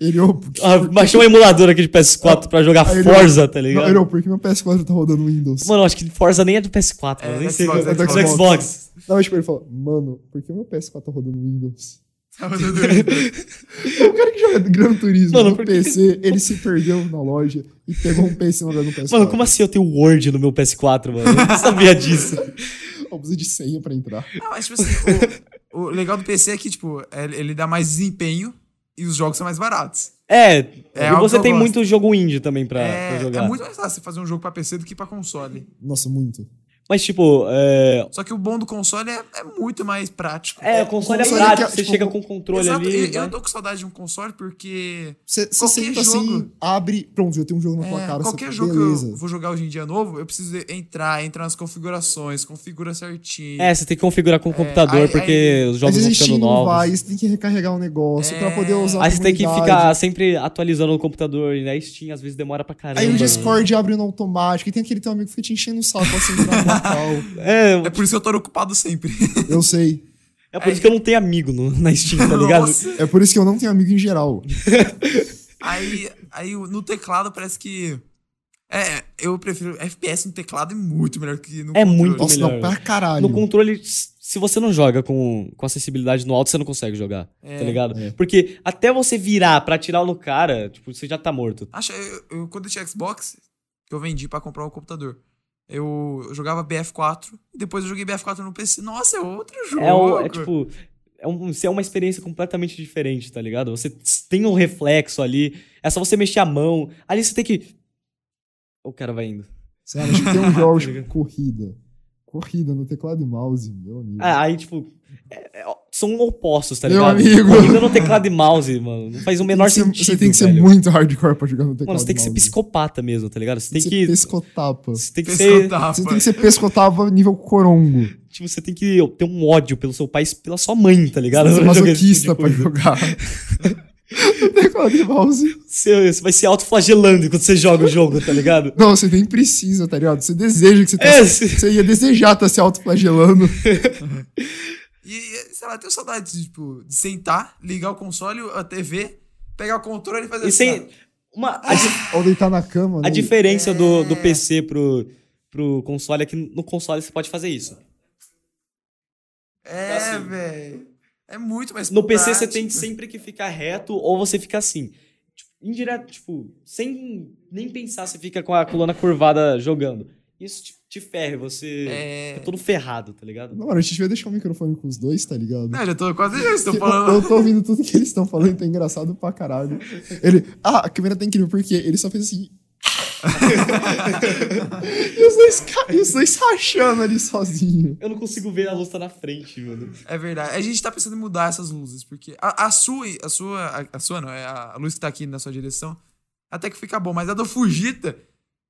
S1: Ele, ô,
S3: Ah, baixei um emulador aqui de PS4 pra
S2: Ah,
S3: jogar
S1: Aí ele-
S3: Forza, tá
S1: não,
S3: ligado?
S1: não, porque meu PS4 tá rodando Windows.
S3: Mano, eu acho que Forza nem é do PS4,
S2: É,
S3: mano. Nem
S2: Xbox,
S3: sei.
S2: Xbox.
S3: É do Xbox.
S1: Não, tipo, ele falou, mano, por que meu PS4 tá rodando Windows?
S3: tá
S1: O cara que joga Gran Turismo
S3: Mano,
S1: no
S3: por que-
S1: PC, ele se perdeu na loja e pegou um PC no lugar do PS4.
S3: Mano, como assim eu tenho Word no meu PS4, mano? Eu não sabia disso.
S1: Eu preciso de senha pra entrar.
S2: Não, mas, tipo assim, o, o legal do PC é que, tipo, ele ele dá mais desempenho e os jogos são mais baratos.
S3: É,
S2: É
S3: e
S2: algo que
S3: você
S2: eu
S3: tem
S2: gosto.
S3: muito jogo indie também pra, pra
S2: é,
S3: jogar.
S2: é muito mais fácil você fazer um jogo pra PC do que pra console.
S1: Nossa, muito.
S3: Mas, tipo, é.
S2: Só que o bom do console é, é muito mais prático.
S3: É, o console é
S1: console
S3: prático,
S1: que,
S3: você
S1: tipo,
S3: chega com o controle
S2: Exato,
S3: ali. né?
S2: eu- eu
S3: vai.
S2: tô com saudade de um console porque
S1: Você você
S2: Qualquer
S1: senta assim,
S2: jogo.
S1: abre, pronto, já tem um jogo na tua
S2: É,
S1: cara.
S3: tá
S2: qualquer
S1: você,
S2: jogo que eu
S1: beleza.
S2: vou jogar hoje em dia novo, eu preciso entrar, entrar nas configurações, configura certinho.
S3: É, você tem que configurar com o computador,
S2: aí-
S3: porque
S2: aí-
S3: os
S1: Às
S3: jogos vão
S1: vezes
S3: ficando
S1: Steam não
S3: novos.
S1: vai, você tem que recarregar o negócio pra poder
S2: É.
S1: usar a
S3: Aí você tem que
S1: comunidade.
S3: ficar sempre atualizando o computador, e na Steam às vezes demora pra caramba.
S1: Aí o
S3: né?
S1: Discord abre no automático e tem aquele teu amigo que fica te enchendo o saco assim no Natal.
S3: É,
S2: É por isso que eu tô ocupado sempre.
S1: Eu sei.
S3: é por isso que eu não tenho amigo no- na Steam, tá ligado?
S2: Nossa.
S1: É por isso que eu não tenho amigo em geral.
S2: Aí, aí o- no teclado parece que. É, eu prefiro. FPS no teclado é muito melhor que no
S3: É
S2: controle.
S3: muito
S1: Nossa, não,
S3: melhor.
S1: pra caralho.
S3: No controle, s- se você não joga com, com acessibilidade no alto, você não consegue jogar,
S2: É.
S3: tá ligado?
S1: É.
S3: Porque até você virar pra atirar no cara, tipo, você já tá morto.
S2: Acha, eu, eu- quando eu tinha Xbox, que eu vendi pra comprar um computador, eu, eu jogava BF4, e depois eu joguei BF4 no PC. Nossa, é outro jogo.
S3: É, o- é tipo. É, um, é uma experiência completamente diferente, tá ligado? Você s- tem um reflexo ali, é só você mexer a mão. Ali você tem que. O cara vai indo.
S1: Sério, acho que tem um jogo tipo, corrida. Corrida no teclado e mouse, meu amigo.
S3: Ah, aí, tipo. é- é- são opostos, tá
S1: Meu
S3: ligado?
S1: amigo.
S3: Corrida no teclado e mouse, mano. Não faz o é menor
S1: Você-
S3: sentido.
S1: Você tem que ser
S3: velho.
S1: muito hardcore pra jogar no teclado
S3: Mano, você tem que ser
S1: e mouse.
S3: psicopata mesmo, tá ligado? Você tem
S1: Você
S3: que.
S1: pescotapa.
S3: Você tem que ser.
S2: Pescotapa.
S1: Você tem que ser pescotapa nível corongo.
S3: Tipo, você tem que ter um ódio pelo seu pai e pela sua mãe, tá ligado?
S1: Você é
S3: Pra jogar esse
S1: masoquista
S3: tipo
S1: pra
S3: de coisa.
S1: jogar. No teclado e mouse.
S3: Você, você vai se autoflagelando enquanto você joga o jogo, tá ligado?
S1: Não, você nem precisa, tá ligado? Você deseja que você tá.
S3: É, se-
S1: Você ia desejar estar se autoflagelando.
S2: E, e, sei lá, eu tenho saudade de, tipo, de sentar, ligar o console, a TV, pegar o controle e fazer
S3: e sem.
S2: assim.
S3: Uma, a, di-
S1: Ao deitar na cama,
S3: a
S1: né?
S3: diferença do, do
S2: É.
S3: PC pro, pro console é que no console você pode fazer isso.
S2: É,
S3: assim.
S2: velho. É muito mais
S3: No PC você
S2: prático.
S3: tem sempre que ficar reto ou você fica assim. Tipo, indireto, tipo, sem nem pensar, você fica com a coluna curvada jogando. Isso te, te ferra, você
S2: É.
S3: fica todo ferrado, tá ligado?
S1: Não, mano, a gente vai deixar o microfone com os dois, tá ligado?
S2: Não, eu já Ah, tô quase já estou
S1: Porque
S2: falando.
S1: Eu, eu tô ouvindo tudo que eles estão falando, tá engraçado pra caralho. Ele. Ah, a câmera tá incrível, porque ele só fez assim. e os dois, ca- e os dois rachando ali sozinho.
S3: Eu não consigo ver a luz tá na frente, mano.
S2: É verdade. A gente tá pensando em mudar essas luzes, porque a, a sua, a sua, a, a sua não, é a luz que tá aqui na sua direção, até que fica bom, mas a do Fujita,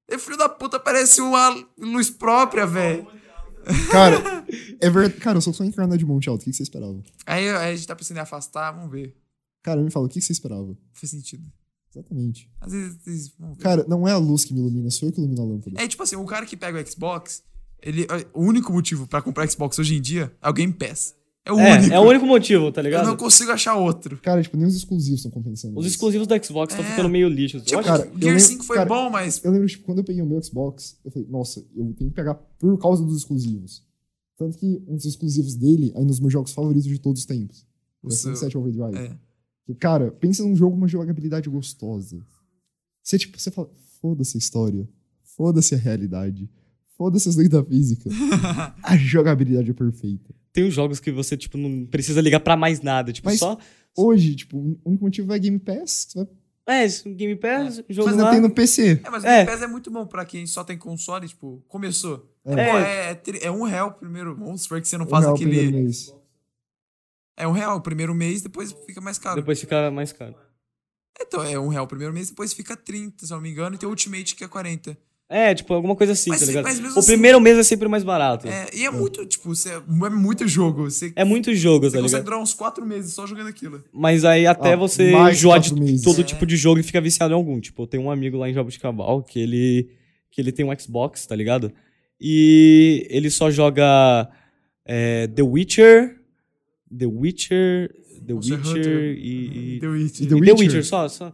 S2: é filho da puta, parece uma luz própria, velho.
S1: Cara, é verdade. Cara, eu sou só encarnado de Monte Alto. O que, que você esperava?
S2: Aí, aí a gente tá pensando em afastar, vamos ver.
S1: Cara, me fala, o que, que você esperava?
S2: Faz sentido.
S1: Exatamente.
S2: Às vezes, vocês- vamos ver.
S1: Cara, não é a luz que me ilumina, sou eu que ilumino a lâmpada.
S2: É tipo assim, o cara que pega o Xbox, ele é, o único motivo pra comprar Xbox hoje em dia é o Game Pass. É o único.
S3: É, é o único motivo, tá
S2: Eu não
S3: ligado?
S2: consigo achar outro.
S1: Cara, tipo, nem os exclusivos estão compensando.
S3: Os
S1: isso.
S3: exclusivos do Xbox estão
S2: É.
S3: ficando meio lixos. Eu
S2: Tipo,
S3: acho-
S1: cara, eu
S2: Gear
S1: lembro-
S2: 5 foi
S1: cara,
S2: bom, mas
S1: Eu lembro, tipo, quando eu peguei o meu Xbox, eu falei, nossa, eu tenho que pegar por causa dos exclusivos. Tanto que um dos exclusivos dele é um dos meus jogos favoritos de todos os tempos. O
S2: O seu-
S1: 7 Overdrive.
S2: É.
S1: E, cara, pensa num jogo com uma jogabilidade gostosa. Você, tipo, você fala, foda-se a história, foda-se a realidade, foda-se as leis da física. a jogabilidade é perfeita.
S3: Tem os jogos que você, tipo, não precisa ligar pra mais nada. Tipo,
S1: Mas-
S3: só.
S1: Hoje, tipo, o único motivo é Game Pass, você vai...
S3: É, esse Game Pass, jogo
S1: mas
S3: lá.
S1: não tem no PC.
S2: É, mas
S3: É.
S2: o Game Pass é muito bom pra quem só tem console, tipo, começou.
S1: É.
S2: É, Pô, é, tri- é um real o primeiro. Vamos supor que você não
S1: Um
S2: faz
S1: real
S2: aquele.
S1: primeiro mês.
S2: É um real o primeiro mês, depois fica mais caro.
S3: Depois fica mais caro.
S2: Então, é um real o primeiro mês, depois fica 30, se eu não me engano, e tem o Ultimate que é 40.
S3: É, tipo, alguma coisa assim,
S2: Mas
S3: tá
S2: se-
S3: ligado?
S2: mas mesmo
S3: o
S2: assim-
S3: primeiro mês é sempre mais barato.
S2: É,
S3: É,
S2: e é muito, tipo, você- é muito jogo. Você,
S3: muito jogo,
S2: você
S3: tá
S2: consegue
S3: ligado?
S2: durar uns 4 meses só jogando aquilo.
S3: Mas aí até
S1: Ah,
S3: você
S1: mais
S3: enjoar de
S1: quatro meses.
S3: todo
S2: É.
S3: tipo de jogo e ficar viciado em algum. Tipo, eu tenho um amigo lá em Jabuticabal que ele, que ele tem um Xbox, tá ligado? E ele só joga é, The Witcher, The Witcher, The
S2: Monster
S3: Witcher
S2: Hunter.
S3: e... e-
S2: The Witch.
S1: e
S3: e The Witcher,
S1: Witcher.
S3: só. só.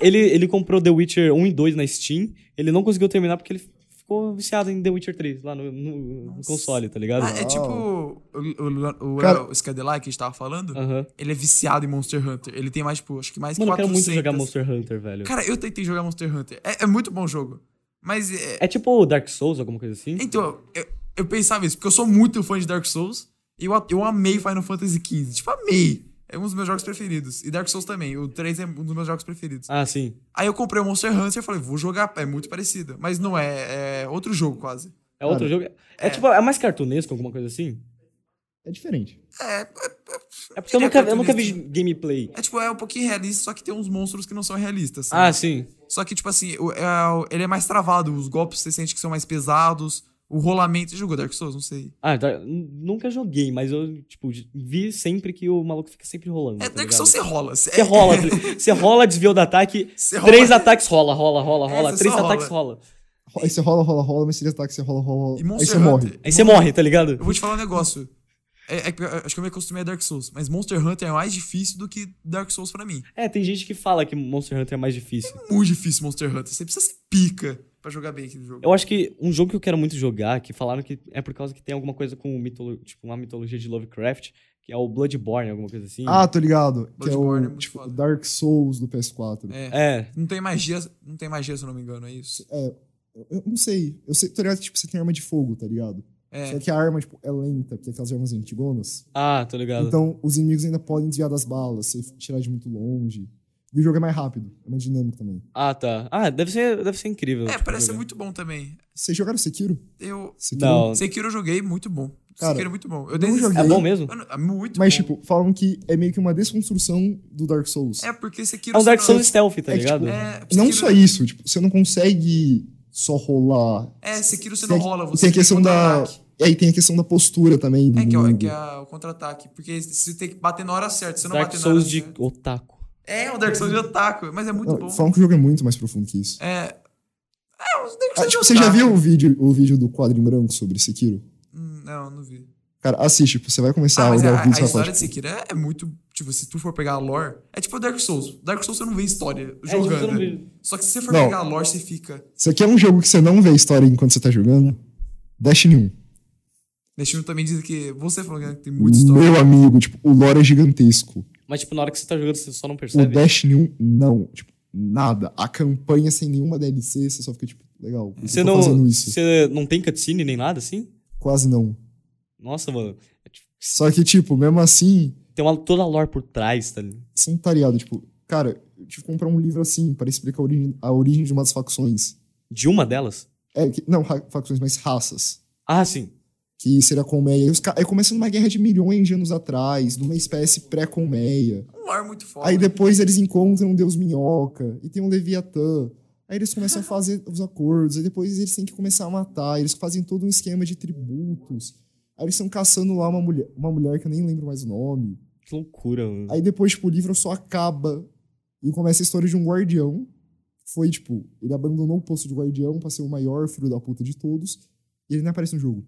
S3: ele, ele comprou The Witcher 1 e 2 na Steam. Ele não conseguiu terminar porque ele ficou viciado em The Witcher 3 lá no, no- no
S2: Nossa.
S3: console, tá ligado?
S2: Ah, é tipo o, o, o,
S1: Cara-
S2: o Skydelike que a gente tava falando.
S3: Aham.
S2: Ele é viciado em Monster Hunter. Ele tem mais, tipo, acho que mais
S3: Mano, eu
S2: 400.
S3: quero muito jogar Monster Hunter, velho.
S2: Cara, eu tentei jogar Monster Hunter. É, é muito bom jogo. Mas é,
S3: É tipo Dark Souls, alguma coisa assim?
S2: Então, eu, eu pensava isso, porque eu sou muito fã de Dark Souls e eu, a- eu amei Final Fantasy XV. Tipo, amei. É um dos meus jogos preferidos. E Dark Souls também. O 3 é um dos meus jogos preferidos.
S3: Ah, sim.
S2: Aí eu comprei o Monster Hunter e falei, vou jogar. É muito parecido. Mas não é. É outro jogo quase.
S3: É outro
S1: Cara,
S3: jogo? É, tipo, é mais cartunesco, alguma coisa assim?
S1: É diferente.
S2: É, é,
S3: É porque eu
S2: Ele é
S3: nunca, eu nunca vi
S2: cartunesco.
S3: gameplay.
S2: é tipo, é um pouquinho realista, só que tem uns monstros que não são realistas. sabe?
S3: Ah, sim.
S2: Só que, tipo assim, o- é o- ele é mais travado, os golpes você sente que são mais pesados, o rolamento. Você jogou Dark Souls? Não sei.
S3: Ah, tá. N- Nunca joguei, mas eu, tipo, j- vi sempre que o maluco fica sempre rolando.
S2: É
S3: tá
S2: Dark
S3: ligado?
S2: Souls você rola. Você
S3: Você rola, você rola, desvio do ataque.
S2: Você
S3: Três
S2: rola.
S3: ataques rola, rola, rola,
S2: É,
S3: rola.
S2: você
S3: três
S2: só
S3: ataques rola.
S1: Ro- Aí você rola, rola, rola, mas seria ataque, você rola, rola,
S2: E
S1: rola. Aí você
S2: Monster
S1: morre.
S2: Hunter.
S3: Aí você morre, tá ligado?
S2: Eu vou te falar um negócio. É- é que eu- acho que eu me acostumei a Dark Souls, mas Monster Hunter é mais difícil do que Dark Souls pra mim.
S3: É, tem gente que fala que Monster Hunter é mais difícil.
S2: Muito difícil Monster Hunter. Você precisa ser pica pra jogar bem aquele jogo.
S3: Eu acho que um jogo que eu quero muito jogar, que falaram que é por causa que tem alguma coisa com mitolo tipo, uma mitologia de Lovecraft, que é o Bloodborne, alguma coisa assim.
S1: Ah, tô ligado. Que é
S2: Bloodborne é
S1: o
S2: muito
S1: tipo,
S2: foda.
S1: Dark Souls do PS4.
S2: É.
S3: É.
S2: Não tem magia, não tem magia, se eu não me engano, é isso?
S1: Eu, eu não sei. Eu sei, tá ligado? que, Tipo, você tem arma de fogo, tá ligado?
S2: É.
S1: Só que a arma, tipo, é lenta, porque tem aquelas armas antigonas.
S3: Ah, tô ligado.
S1: Então, os inimigos ainda podem desviar das balas, se tirar de muito longe. E o jogo é mais rápido, é mais dinâmico também.
S3: Ah, tá. Ah, deve ser, deve ser incrível.
S2: É,
S3: tipo,
S2: parece ser
S3: jogar.
S2: muito bom também.
S1: Vocês jogaram Sekiro?
S2: Eu.
S1: Sekiro?
S3: Não.
S2: Sekiro eu joguei, muito bom.
S1: Cara,
S2: Sekiro é muito bom.
S1: não
S2: Eu desisti-
S1: joguei.
S3: É bom mesmo?
S2: Eu não- é muito
S1: Mas,
S2: bom.
S1: tipo, falam que é meio que uma desconstrução do Dark Souls.
S2: É porque Sekiro.
S3: É um Dark
S2: você não-
S3: Souls stealth, tá
S1: É que,
S3: ligado?
S1: tipo,
S2: É,
S1: não
S2: Sekiro-
S1: só isso, tipo, você não consegue só rolar.
S2: É, Sekiro você não
S1: Tem-
S2: rola, você
S1: Tem a questão da.
S2: contra-ataque.
S1: E aí tem a questão da postura também. do
S2: É, que é, o-
S1: inimigo.
S2: que é o contra-ataque. Porque você tem que bater na hora certa, você não
S3: Dark
S2: bate né? na hora
S3: Souls de
S2: certa.
S3: otaku.
S2: É, um Dark Souls de otaku, mas é muito
S1: Não,
S2: bom.
S1: Falam que o jogo é muito mais profundo que isso.
S2: É. É, um Dark Souls
S1: Ah,
S2: de
S1: tipo, você já
S2: otaku.
S1: viu o vídeo, o vídeo do quadro em branco sobre Sekiro?
S2: Hum, Não, não vi.
S1: Cara, assiste, tipo, você vai começar
S2: Ah,
S1: a
S2: mas
S1: olhar
S2: a,
S1: o
S2: a
S1: vídeo e vai falar,
S2: história de Sekiro é, é muito. Tipo, se tu for pegar a lore. É tipo Dark Souls. Dark Souls você não vê história
S3: É, tipo,
S2: jogando. né?
S3: você não-
S2: Só que se você for
S1: Não.
S2: pegar a lore, você fica.
S1: Isso aqui é um jogo que você não vê a história enquanto você tá jogando? Destiny 1.
S2: Destino também diz que. Você falou que tem muita história.
S1: Meu amigo, tipo, o lore é gigantesco.
S3: Mas, tipo, na hora que você tá jogando, você só não
S1: O
S3: percebe.
S1: Destiny 1, não. Tipo, nada. A campanha sem nenhuma DLC, você só fica, tipo, legal. por que
S3: Você
S1: eu tô
S3: não,
S1: fazendo isso?
S3: você não tem cutscene nem nada, assim?
S1: Quase não.
S3: Nossa, mano. É, tipo,
S1: Só que, tipo, mesmo assim,
S3: Tem uma, toda a lore por trás, tá ligado?
S1: são tareado. Tipo, cara, eu tive que comprar um livro assim para explicar a origem, a origem de umas facções.
S3: De uma delas?
S1: É, que- não ra- facções, mas raças.
S3: Ah, sim.
S1: Que seria a colmeia. E os ca- Aí começa numa guerra de milhões de anos atrás, numa espécie pré-colmeia.
S2: Um lore muito forte.
S1: Aí depois eles encontram um deus minhoca e tem um Leviatã. Aí eles começam a fazer os acordos, aí depois eles têm que começar a matar, eles fazem todo um esquema de tributos. Aí eles estão caçando lá uma mulher, uma mulher que eu nem lembro mais o nome.
S3: Que loucura, mano.
S1: Aí depois, tipo, o livro só acaba e começa a história de um guardião. Foi, tipo, ele abandonou o posto de guardião pra ser o maior filho da puta de todos. E ele não aparece no jogo.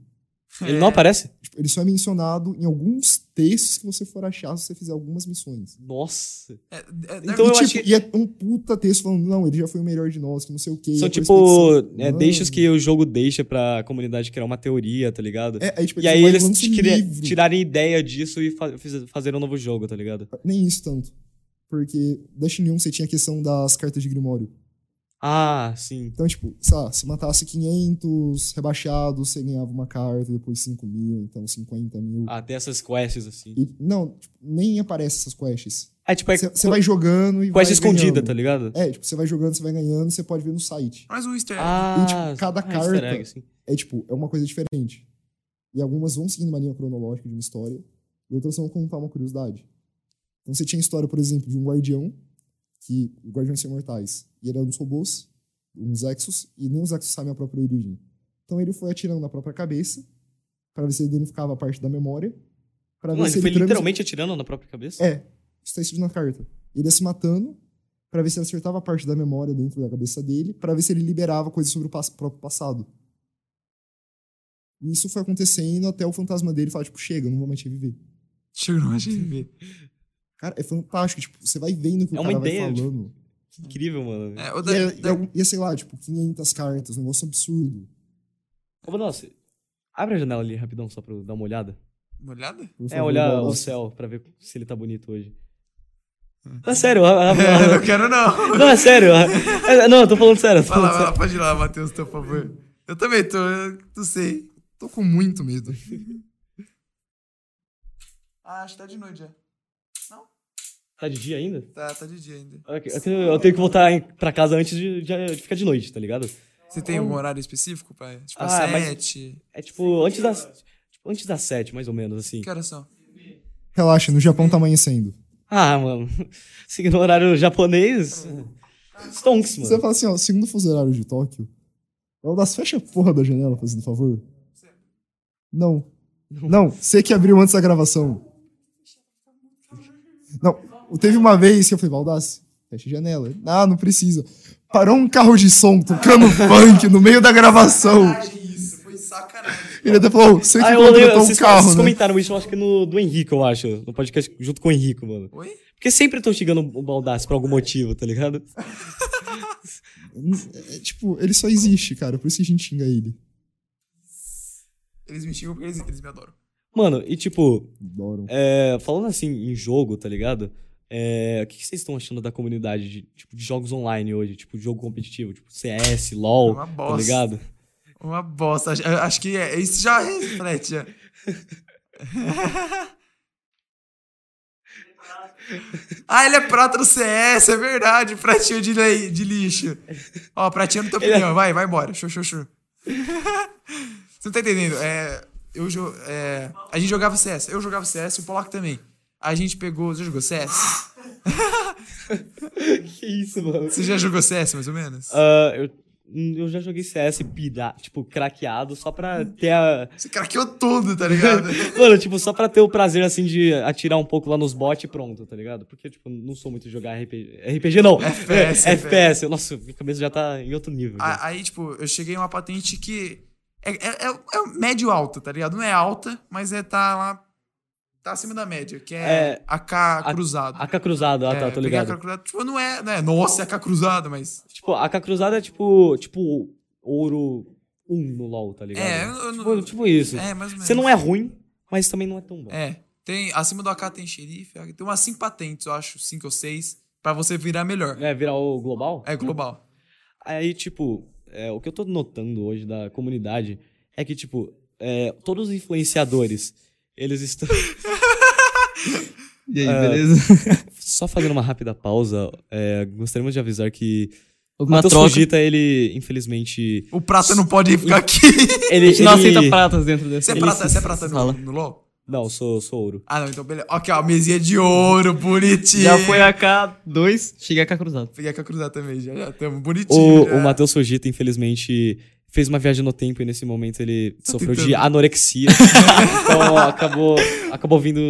S2: É.
S3: Ele não aparece?
S1: Tipo, ele só é mencionado em alguns textos que você for achar se você fizer algumas missões.
S3: Nossa.
S2: É, é, Dark-
S3: Então eu
S1: e, tipo,
S3: achei-
S1: e é um puta texto falando, não, ele já foi o melhor de nós, que não sei o quê.
S3: São
S1: e a
S3: tipo
S1: perspectiva-
S3: é,
S1: Mano.
S3: deixas que o jogo deixa pra comunidade criar uma teoria, tá ligado?
S1: É, aí, tipo,
S3: e aí
S1: vão
S3: eles
S1: lançam um
S3: cria-
S1: livro.
S3: tirarem ideia disso e fa fiz- fazerem um novo jogo, tá ligado?
S1: Nem isso tanto. Porque Destiny 1 você tinha a questão das cartas de Grimório.
S3: Ah, sim.
S1: Então, tipo, sabe, se matasse 500 rebaixados, você ganhava uma carta, depois 5 mil, então 50 mil.
S3: Ah, tem essas quests assim.
S1: E, não, tipo, nem aparece essas quests.
S3: É tipo, é
S1: Você
S3: co-
S1: você vai jogando e vai
S3: quest escondida,
S1: ganhando.
S3: tá ligado?
S1: É, tipo, você vai jogando, você vai ganhando, você pode ver no site.
S2: Mas o um Easter egg.
S3: Ah,
S1: tipo, cada
S3: ah, easter
S1: carta-
S3: egg, assim.
S1: é tipo, é uma coisa diferente. E algumas vão seguindo uma linha cronológica de uma história, e outras vão contar uma curiosidade. Então você tinha a história, por exemplo, de um guardião, que os guardiões são imortais, e ele era uns robôs, uns Exos, e nem os Exos sabem a própria origem. Então ele foi atirando na própria cabeça, para ver se ele danificava a parte da memória, para
S3: Mano,
S1: ver se
S3: ele foi
S1: ele trans-
S3: literalmente atirando na própria cabeça?
S1: É. está escrito na carta. Ele ia se matando para ver se ele acertava a parte da memória dentro da cabeça dele, para ver se ele liberava coisas sobre o pas- próprio passado. E isso foi acontecendo até o fantasma dele falar, tipo, chega, eu não vou mais te reviver.
S2: Chega, não achei de ver.
S1: Cara, é fantástico, tipo, você vai vendo o que
S3: É
S1: o
S3: uma
S1: cara
S3: ideia,
S1: vai
S3: tipo,
S1: falando.
S3: Que incrível, mano.
S2: É, o
S1: E,
S2: Dark-
S1: é- e
S2: Dark-
S1: é- e é, sei lá, tipo, 500 cartas, um negócio absurdo.
S3: Ô, nossa, abre a janela ali rapidão só pra eu dar uma olhada.
S2: Uma olhada?
S1: Por
S3: É,
S1: favor,
S3: olhar
S1: dá
S3: o
S1: lá.
S3: céu pra ver se ele tá bonito hoje. Não, é sério, a- a- a-
S2: não quero não.
S3: Não, é sério. é- é- Não, eu tô falando sério. eu tô
S2: Vai lá, vai
S3: falando
S2: lá,
S3: sério.
S2: pode ir lá, Matheus, por favor. Eu também tô, eu não sei.
S1: Tô com muito medo.
S2: Ah, acho que tá de noite já.
S3: Tá de dia ainda?
S2: Tá, tá de dia ainda.
S3: Ok, Eu tenho, eu tenho que voltar em- pra casa antes de, de- de ficar de noite, tá ligado?
S2: Você tem algum horário específico, pai? Tipo, às
S3: Ah, mas-
S2: sete?
S3: É tipo antes das. Tipo, antes das sete, mais ou menos, assim.
S2: Que horas são?
S1: Relaxa, no
S3: Hum.
S1: Japão tá amanhecendo.
S3: Ah, mano. Seguindo o horário japonês. Stonks,
S1: Você
S3: mano.
S1: fala assim, ó, segundo fuso horário de Tóquio. Valdas, fecha a porra da janela, fazendo favor. Não. Não, você que abriu antes da gravação. Não, teve uma vez que eu falei, Valdas, fecha a janela. Ele, Ah, não precisa. Parou um carro de som tocando funk no meio da gravação.
S2: isso, foi sacanagem.
S1: Ele até falou, "Ô, você que
S3: Ah, eu odeio.
S1: contratou um
S3: Vocês, vocês
S1: carro, né?
S3: comentaram isso, eu acho que no do Henrique, eu acho. No podcast junto com o Henrique, mano.
S2: Oi?
S3: Porque sempre eu tô xingando o Baldassi por algum motivo, tá ligado?
S1: É, tipo, ele só existe, cara, por isso que a gente xinga ele.
S2: Eles me xingam porque eles, eles me adoram.
S3: Mano, e tipo,
S1: Adoram.
S3: É, falando assim em jogo, tá ligado? É, o que que vocês estão achando da comunidade de, tipo, de jogos online hoje? Tipo, de jogo competitivo, tipo CS, LoL,
S2: É Uma
S3: tá
S2: bosta.
S3: ligado?
S2: Uma bosta. Acho- Acho que é, isso já reflete. é. já. ah, ele é prata do CS, é verdade. Pratinho de, lei- de lixo. Ó, pratinho na tua
S3: Ele é-
S2: opinião. Vai, vai embora. Show, show, show. Você não tá entendendo? É, eu, jo- é, a gente jogava CS. Eu jogava CS e o Polak também. A gente pegou. Você jogou CS?
S3: que isso, mano?
S2: Você já jogou CS, mais ou menos?
S3: Ah, eu, hum, eu já joguei CS pira, tipo, craqueado, só pra ter a.
S2: Você craqueou tudo, tá ligado?
S3: Mano, tipo, só pra ter o prazer, assim, de atirar um pouco lá nos bots e pronto, tá ligado? Porque, tipo, não sou muito de jogar RPG. RPG não!
S2: FPS,
S3: É, FPS. Nossa, minha cabeça já tá em outro nível. já.
S2: A- Aí, tipo, eu cheguei em uma patente que é, é, é- é médio alto, tá ligado? Não é alta, mas é tá lá. Tá acima da média, que é,
S3: É,
S2: AK cruzado.
S3: AK cruzado,
S2: É,
S3: ah, tá, tô
S2: peguei
S3: ligado.
S2: AK cruzado, tipo, não é, não é, nossa, é AK cruzado, mas.
S3: Tipo, a AK cruzada é tipo, tipo ouro 1 no LoL, tá ligado?
S2: É, eu, eu não-
S3: tipo, tipo isso.
S2: é, mais ou menos.
S3: Você não é ruim, mas também não é tão bom.
S2: É. Tem, acima do AK tem xerife, tem umas cinco patentes, eu acho, cinco ou seis, pra você virar melhor.
S3: É, virar o global.
S2: É, global.
S3: Aí, tipo, é, o que eu tô notando hoje da comunidade é que, tipo, é, todos os influenciadores, eles estão...
S4: E aí,
S3: É.
S4: beleza?
S3: Só fazendo uma rápida pausa, é, gostaríamos de avisar que o
S4: Uma
S3: Matheus
S4: troca.
S3: Fujita, ele, infelizmente...
S2: O prata não pode ficar aqui.
S3: Ele,
S4: A gente não
S3: ele-
S4: aceita pratas dentro desse.
S2: Você é
S3: Ele
S2: prata,
S3: se-
S2: você é prata no,
S4: fala.
S2: no LOL?
S3: Não, sou, sou ouro.
S2: Ah, não, então beleza. Ok, ó, mesinha de ouro, bonitinho.
S4: Já foi AK2, cheguei AK cruzado.
S2: Peguei a cruzada também, já, já tamo bonitinho.
S3: O,
S2: já.
S3: o Matheus Fujita, infelizmente, fez uma viagem no tempo e nesse momento ele sofreu de
S2: tentando.
S3: anorexia. então acabou, acabou vindo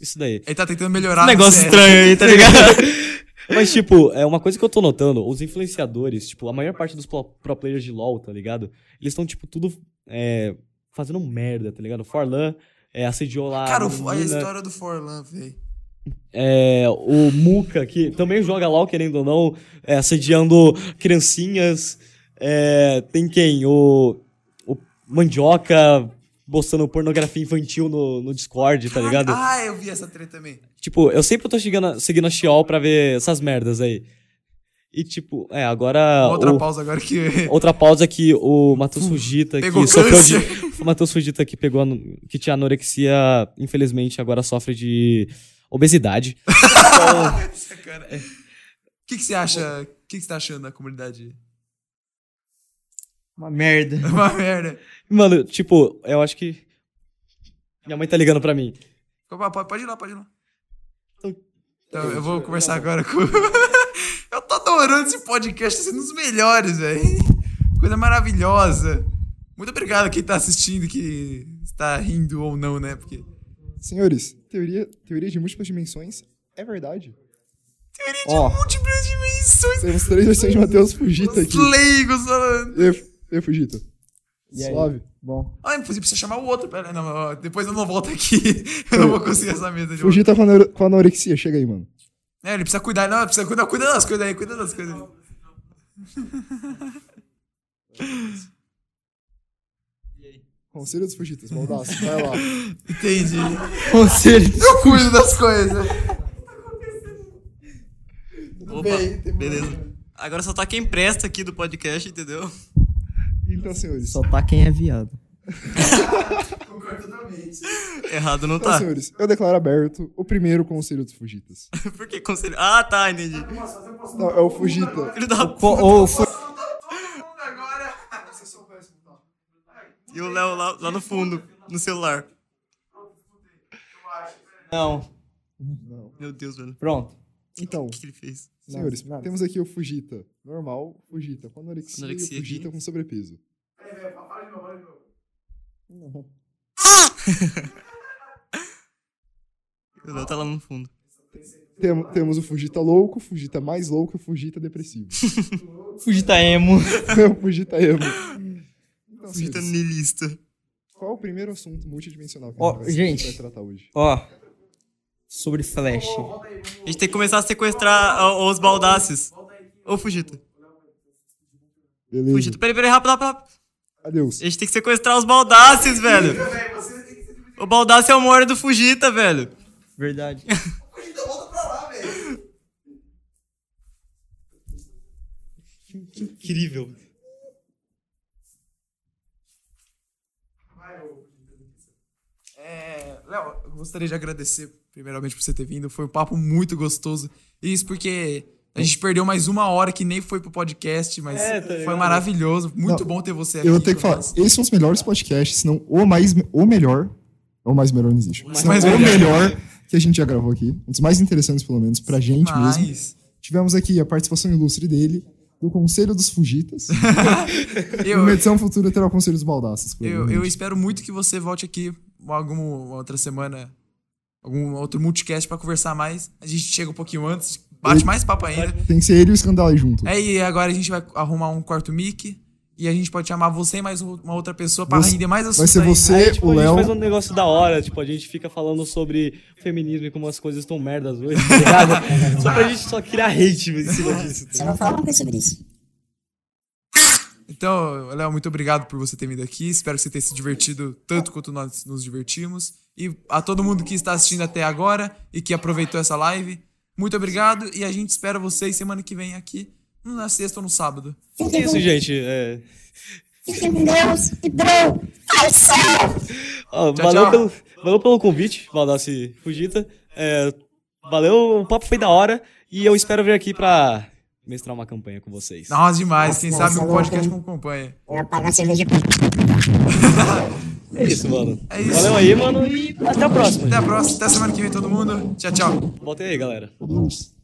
S3: isso daí.
S2: Ele tá tentando melhorar. no
S4: Negócio
S2: CS.
S4: estranho aí, tá ligado?
S3: Mas, tipo, é uma coisa que eu tô notando, os influenciadores, tipo, a maior parte dos pro, pro players de LoL, tá ligado? Eles estão, tipo, tudo é, fazendo merda, tá ligado? Forlan é, assediou lá.
S2: Cara,
S3: a
S2: o Fo- a
S3: menina.
S2: história do Forlan, velho.
S3: Tá É, o Muka, que também joga LOL, querendo ou não, é, assediando criancinhas. É, tem quem? O, o Mandioca postando pornografia infantil no, no Discord, tá ligado?
S2: Ah, eu vi essa treta também.
S3: Tipo, eu sempre tô chegando, a- seguindo a Xiol pra ver essas merdas aí. E tipo, é, agora.
S2: Uma Outra
S3: o-
S2: pausa agora que.
S3: Outra pausa é que o Matheus Fujita
S2: pegou
S3: que sofreu de,
S2: câncer.
S3: o Matheus Fujita que pegou ano- que tinha anorexia, infelizmente agora sofre de obesidade. Então,
S2: Sacana. O é. que, que você acha? O que, que você tá achando da comunidade?
S4: Uma merda.
S2: É uma merda.
S3: Mano, tipo, eu acho que. Minha mãe tá ligando pra mim.
S2: Opa, Pode, pode ir lá, pode ir lá.
S3: Então-
S2: Então, eu vou conversar agora com. eu tô adorando esse podcast, tá sendo um dos melhores, velho. Coisa maravilhosa. Muito obrigado a quem tá assistindo, que está rindo ou não, né? Porque.
S1: Senhores, teoria, teoria de múltiplas dimensões é verdade.
S2: Teoria de
S1: Ó.
S2: múltiplas dimensões.
S1: Temos três versões de Matheus Fugita
S2: Os
S1: aqui.
S2: leigos falando.
S1: Eu, eu Fugita.
S4: E aí?
S1: Suave. Bom.
S2: Ah, inclusive precisa chamar o outro. Pera, não, ó, depois eu não volto aqui. Eu não vou conseguir essa mesa de volta.
S1: Fugita com, anor com anorexia, chega aí, mano.
S2: É, ele precisa cuidar. Não, precisa cuidar. Cuida das coisas aí, cuida das coisas aí.
S1: Conselho dos Fugitas, maldaço, vai lá.
S2: Entendi.
S4: Conselho.
S2: Eu cuido das coisas.
S4: Opa, beleza. Agora só tá quem presta aqui do podcast, entendeu?
S1: Então, senhores.
S4: Só tá quem é viado.
S2: Concordo totalmente.
S4: Errado não
S1: Então,
S4: tá.
S1: senhores, eu declaro aberto o primeiro Conselho dos Fugitas.
S4: Por que conselho? Ah, tá, entendi.
S1: Não, é o Fugita.
S4: Filho da. Ou
S2: Agora.
S4: E o Léo lá, lá no fundo, no celular.
S3: Não.
S1: Não.
S4: Meu Deus, velho.
S3: Pronto.
S1: Então,
S4: O que que ele fez?
S1: senhores,
S3: nada.
S1: temos aqui o Fujita normal, Fujita com anorexia,
S4: Anorexia
S1: e o Fujita
S4: aqui.
S1: com sobrepeso.
S4: O Léo tá lá no fundo.
S1: Tem- temos o Fujita louco, o Fujita mais louco e o Fujita depressivo. É
S3: Fugita emo.
S1: o Fujita emo. Então,
S4: Fugita
S1: senhores,
S4: niilista.
S1: qual é o primeiro assunto multidimensional que
S3: Ó,
S1: a gente vai-
S3: gente.
S1: vai tratar hoje?
S3: Ó. Sobre Flash.
S4: A gente tem que começar a sequestrar ó, os baldaces. Ô, Fugita.
S1: Beleza.
S4: Fugita. Peraí, peraí, rápido, rápido, rápido.
S1: Adeus.
S4: A gente tem que sequestrar os baldaces, velho. O baldace é o Mori do Fugita, velho.
S3: Verdade. Que Incrível.
S2: É, Léo, eu gostaria de agradecer primeiramente por você ter vindo. Foi um papo muito gostoso. Isso porque a gente perdeu mais uma hora que nem foi pro podcast, mas
S3: É, tá
S2: foi
S3: ligado?
S2: maravilhoso. Muito
S1: Não,
S2: bom ter você aqui.
S1: Eu vou ter que
S2: com
S1: falar,
S2: nós.
S1: esses são os melhores podcasts, se não o mais o melhor, ou mais melhor não existe. Mas
S2: mais
S1: o
S2: melhor.
S1: melhor que a gente já gravou aqui, um dos mais interessantes pelo menos pra gente mesmo.
S2: Mas
S1: Tivemos aqui a participação ilustre dele, do Conselho dos Fugitas.
S2: eu,
S1: Uma edição futura terá o Conselho dos Baldaços.
S2: eu, eu espero muito que você volte aqui alguma outra semana, algum outro multicast pra conversar mais. A gente chega um pouquinho antes, bate mais papo ainda.
S1: Tem que ser ele e o Escandalai junto.
S2: É, e agora a gente vai arrumar um quarto mic e a gente pode chamar você e mais um, uma outra pessoa pra
S1: Você-
S2: render mais assunto
S1: Vai ser
S2: ainda.
S1: você,
S3: Aí, tipo,
S1: o
S3: a gente
S1: Léo.
S3: faz um negócio da hora, tipo, a gente fica falando sobre feminismo e como as coisas estão merdas hoje, tá ligado? só pra gente só criar hate em cima disso. tá
S5: Só
S3: ligado?
S5: vou falar uma coisa sobre isso.
S2: Então, Léo, muito obrigado por você ter vindo aqui. Espero que você tenha se divertido tanto quanto nós nos divertimos. E a todo mundo que está assistindo até agora e que aproveitou essa live, muito obrigado. E a gente espera vocês semana que vem aqui, na sexta ou no sábado.
S3: É isso, gente. É...
S5: Fiquem com Deus e bro, faz céu!
S3: Ó,
S2: Tchau,
S3: valeu,
S2: tchau.
S3: Pelo, valeu pelo convite, Valdassi Fugita. É, valeu, o papo foi da hora e eu espero vir aqui pra mestrar uma campanha com vocês.
S2: Nossa, demais. Quem
S5: Nossa,
S2: sabe um
S5: Léo,
S2: podcast
S5: hein?
S2: com companhia.
S5: Eu vou pagar uma cerveja pra
S3: É isso, mano.
S2: É isso.
S3: Valeu aí, mano, e até a próxima.
S2: Até a próxima. Até semana que vem, todo mundo. Tchau, tchau.
S3: Volta aí, galera.
S5: Deus.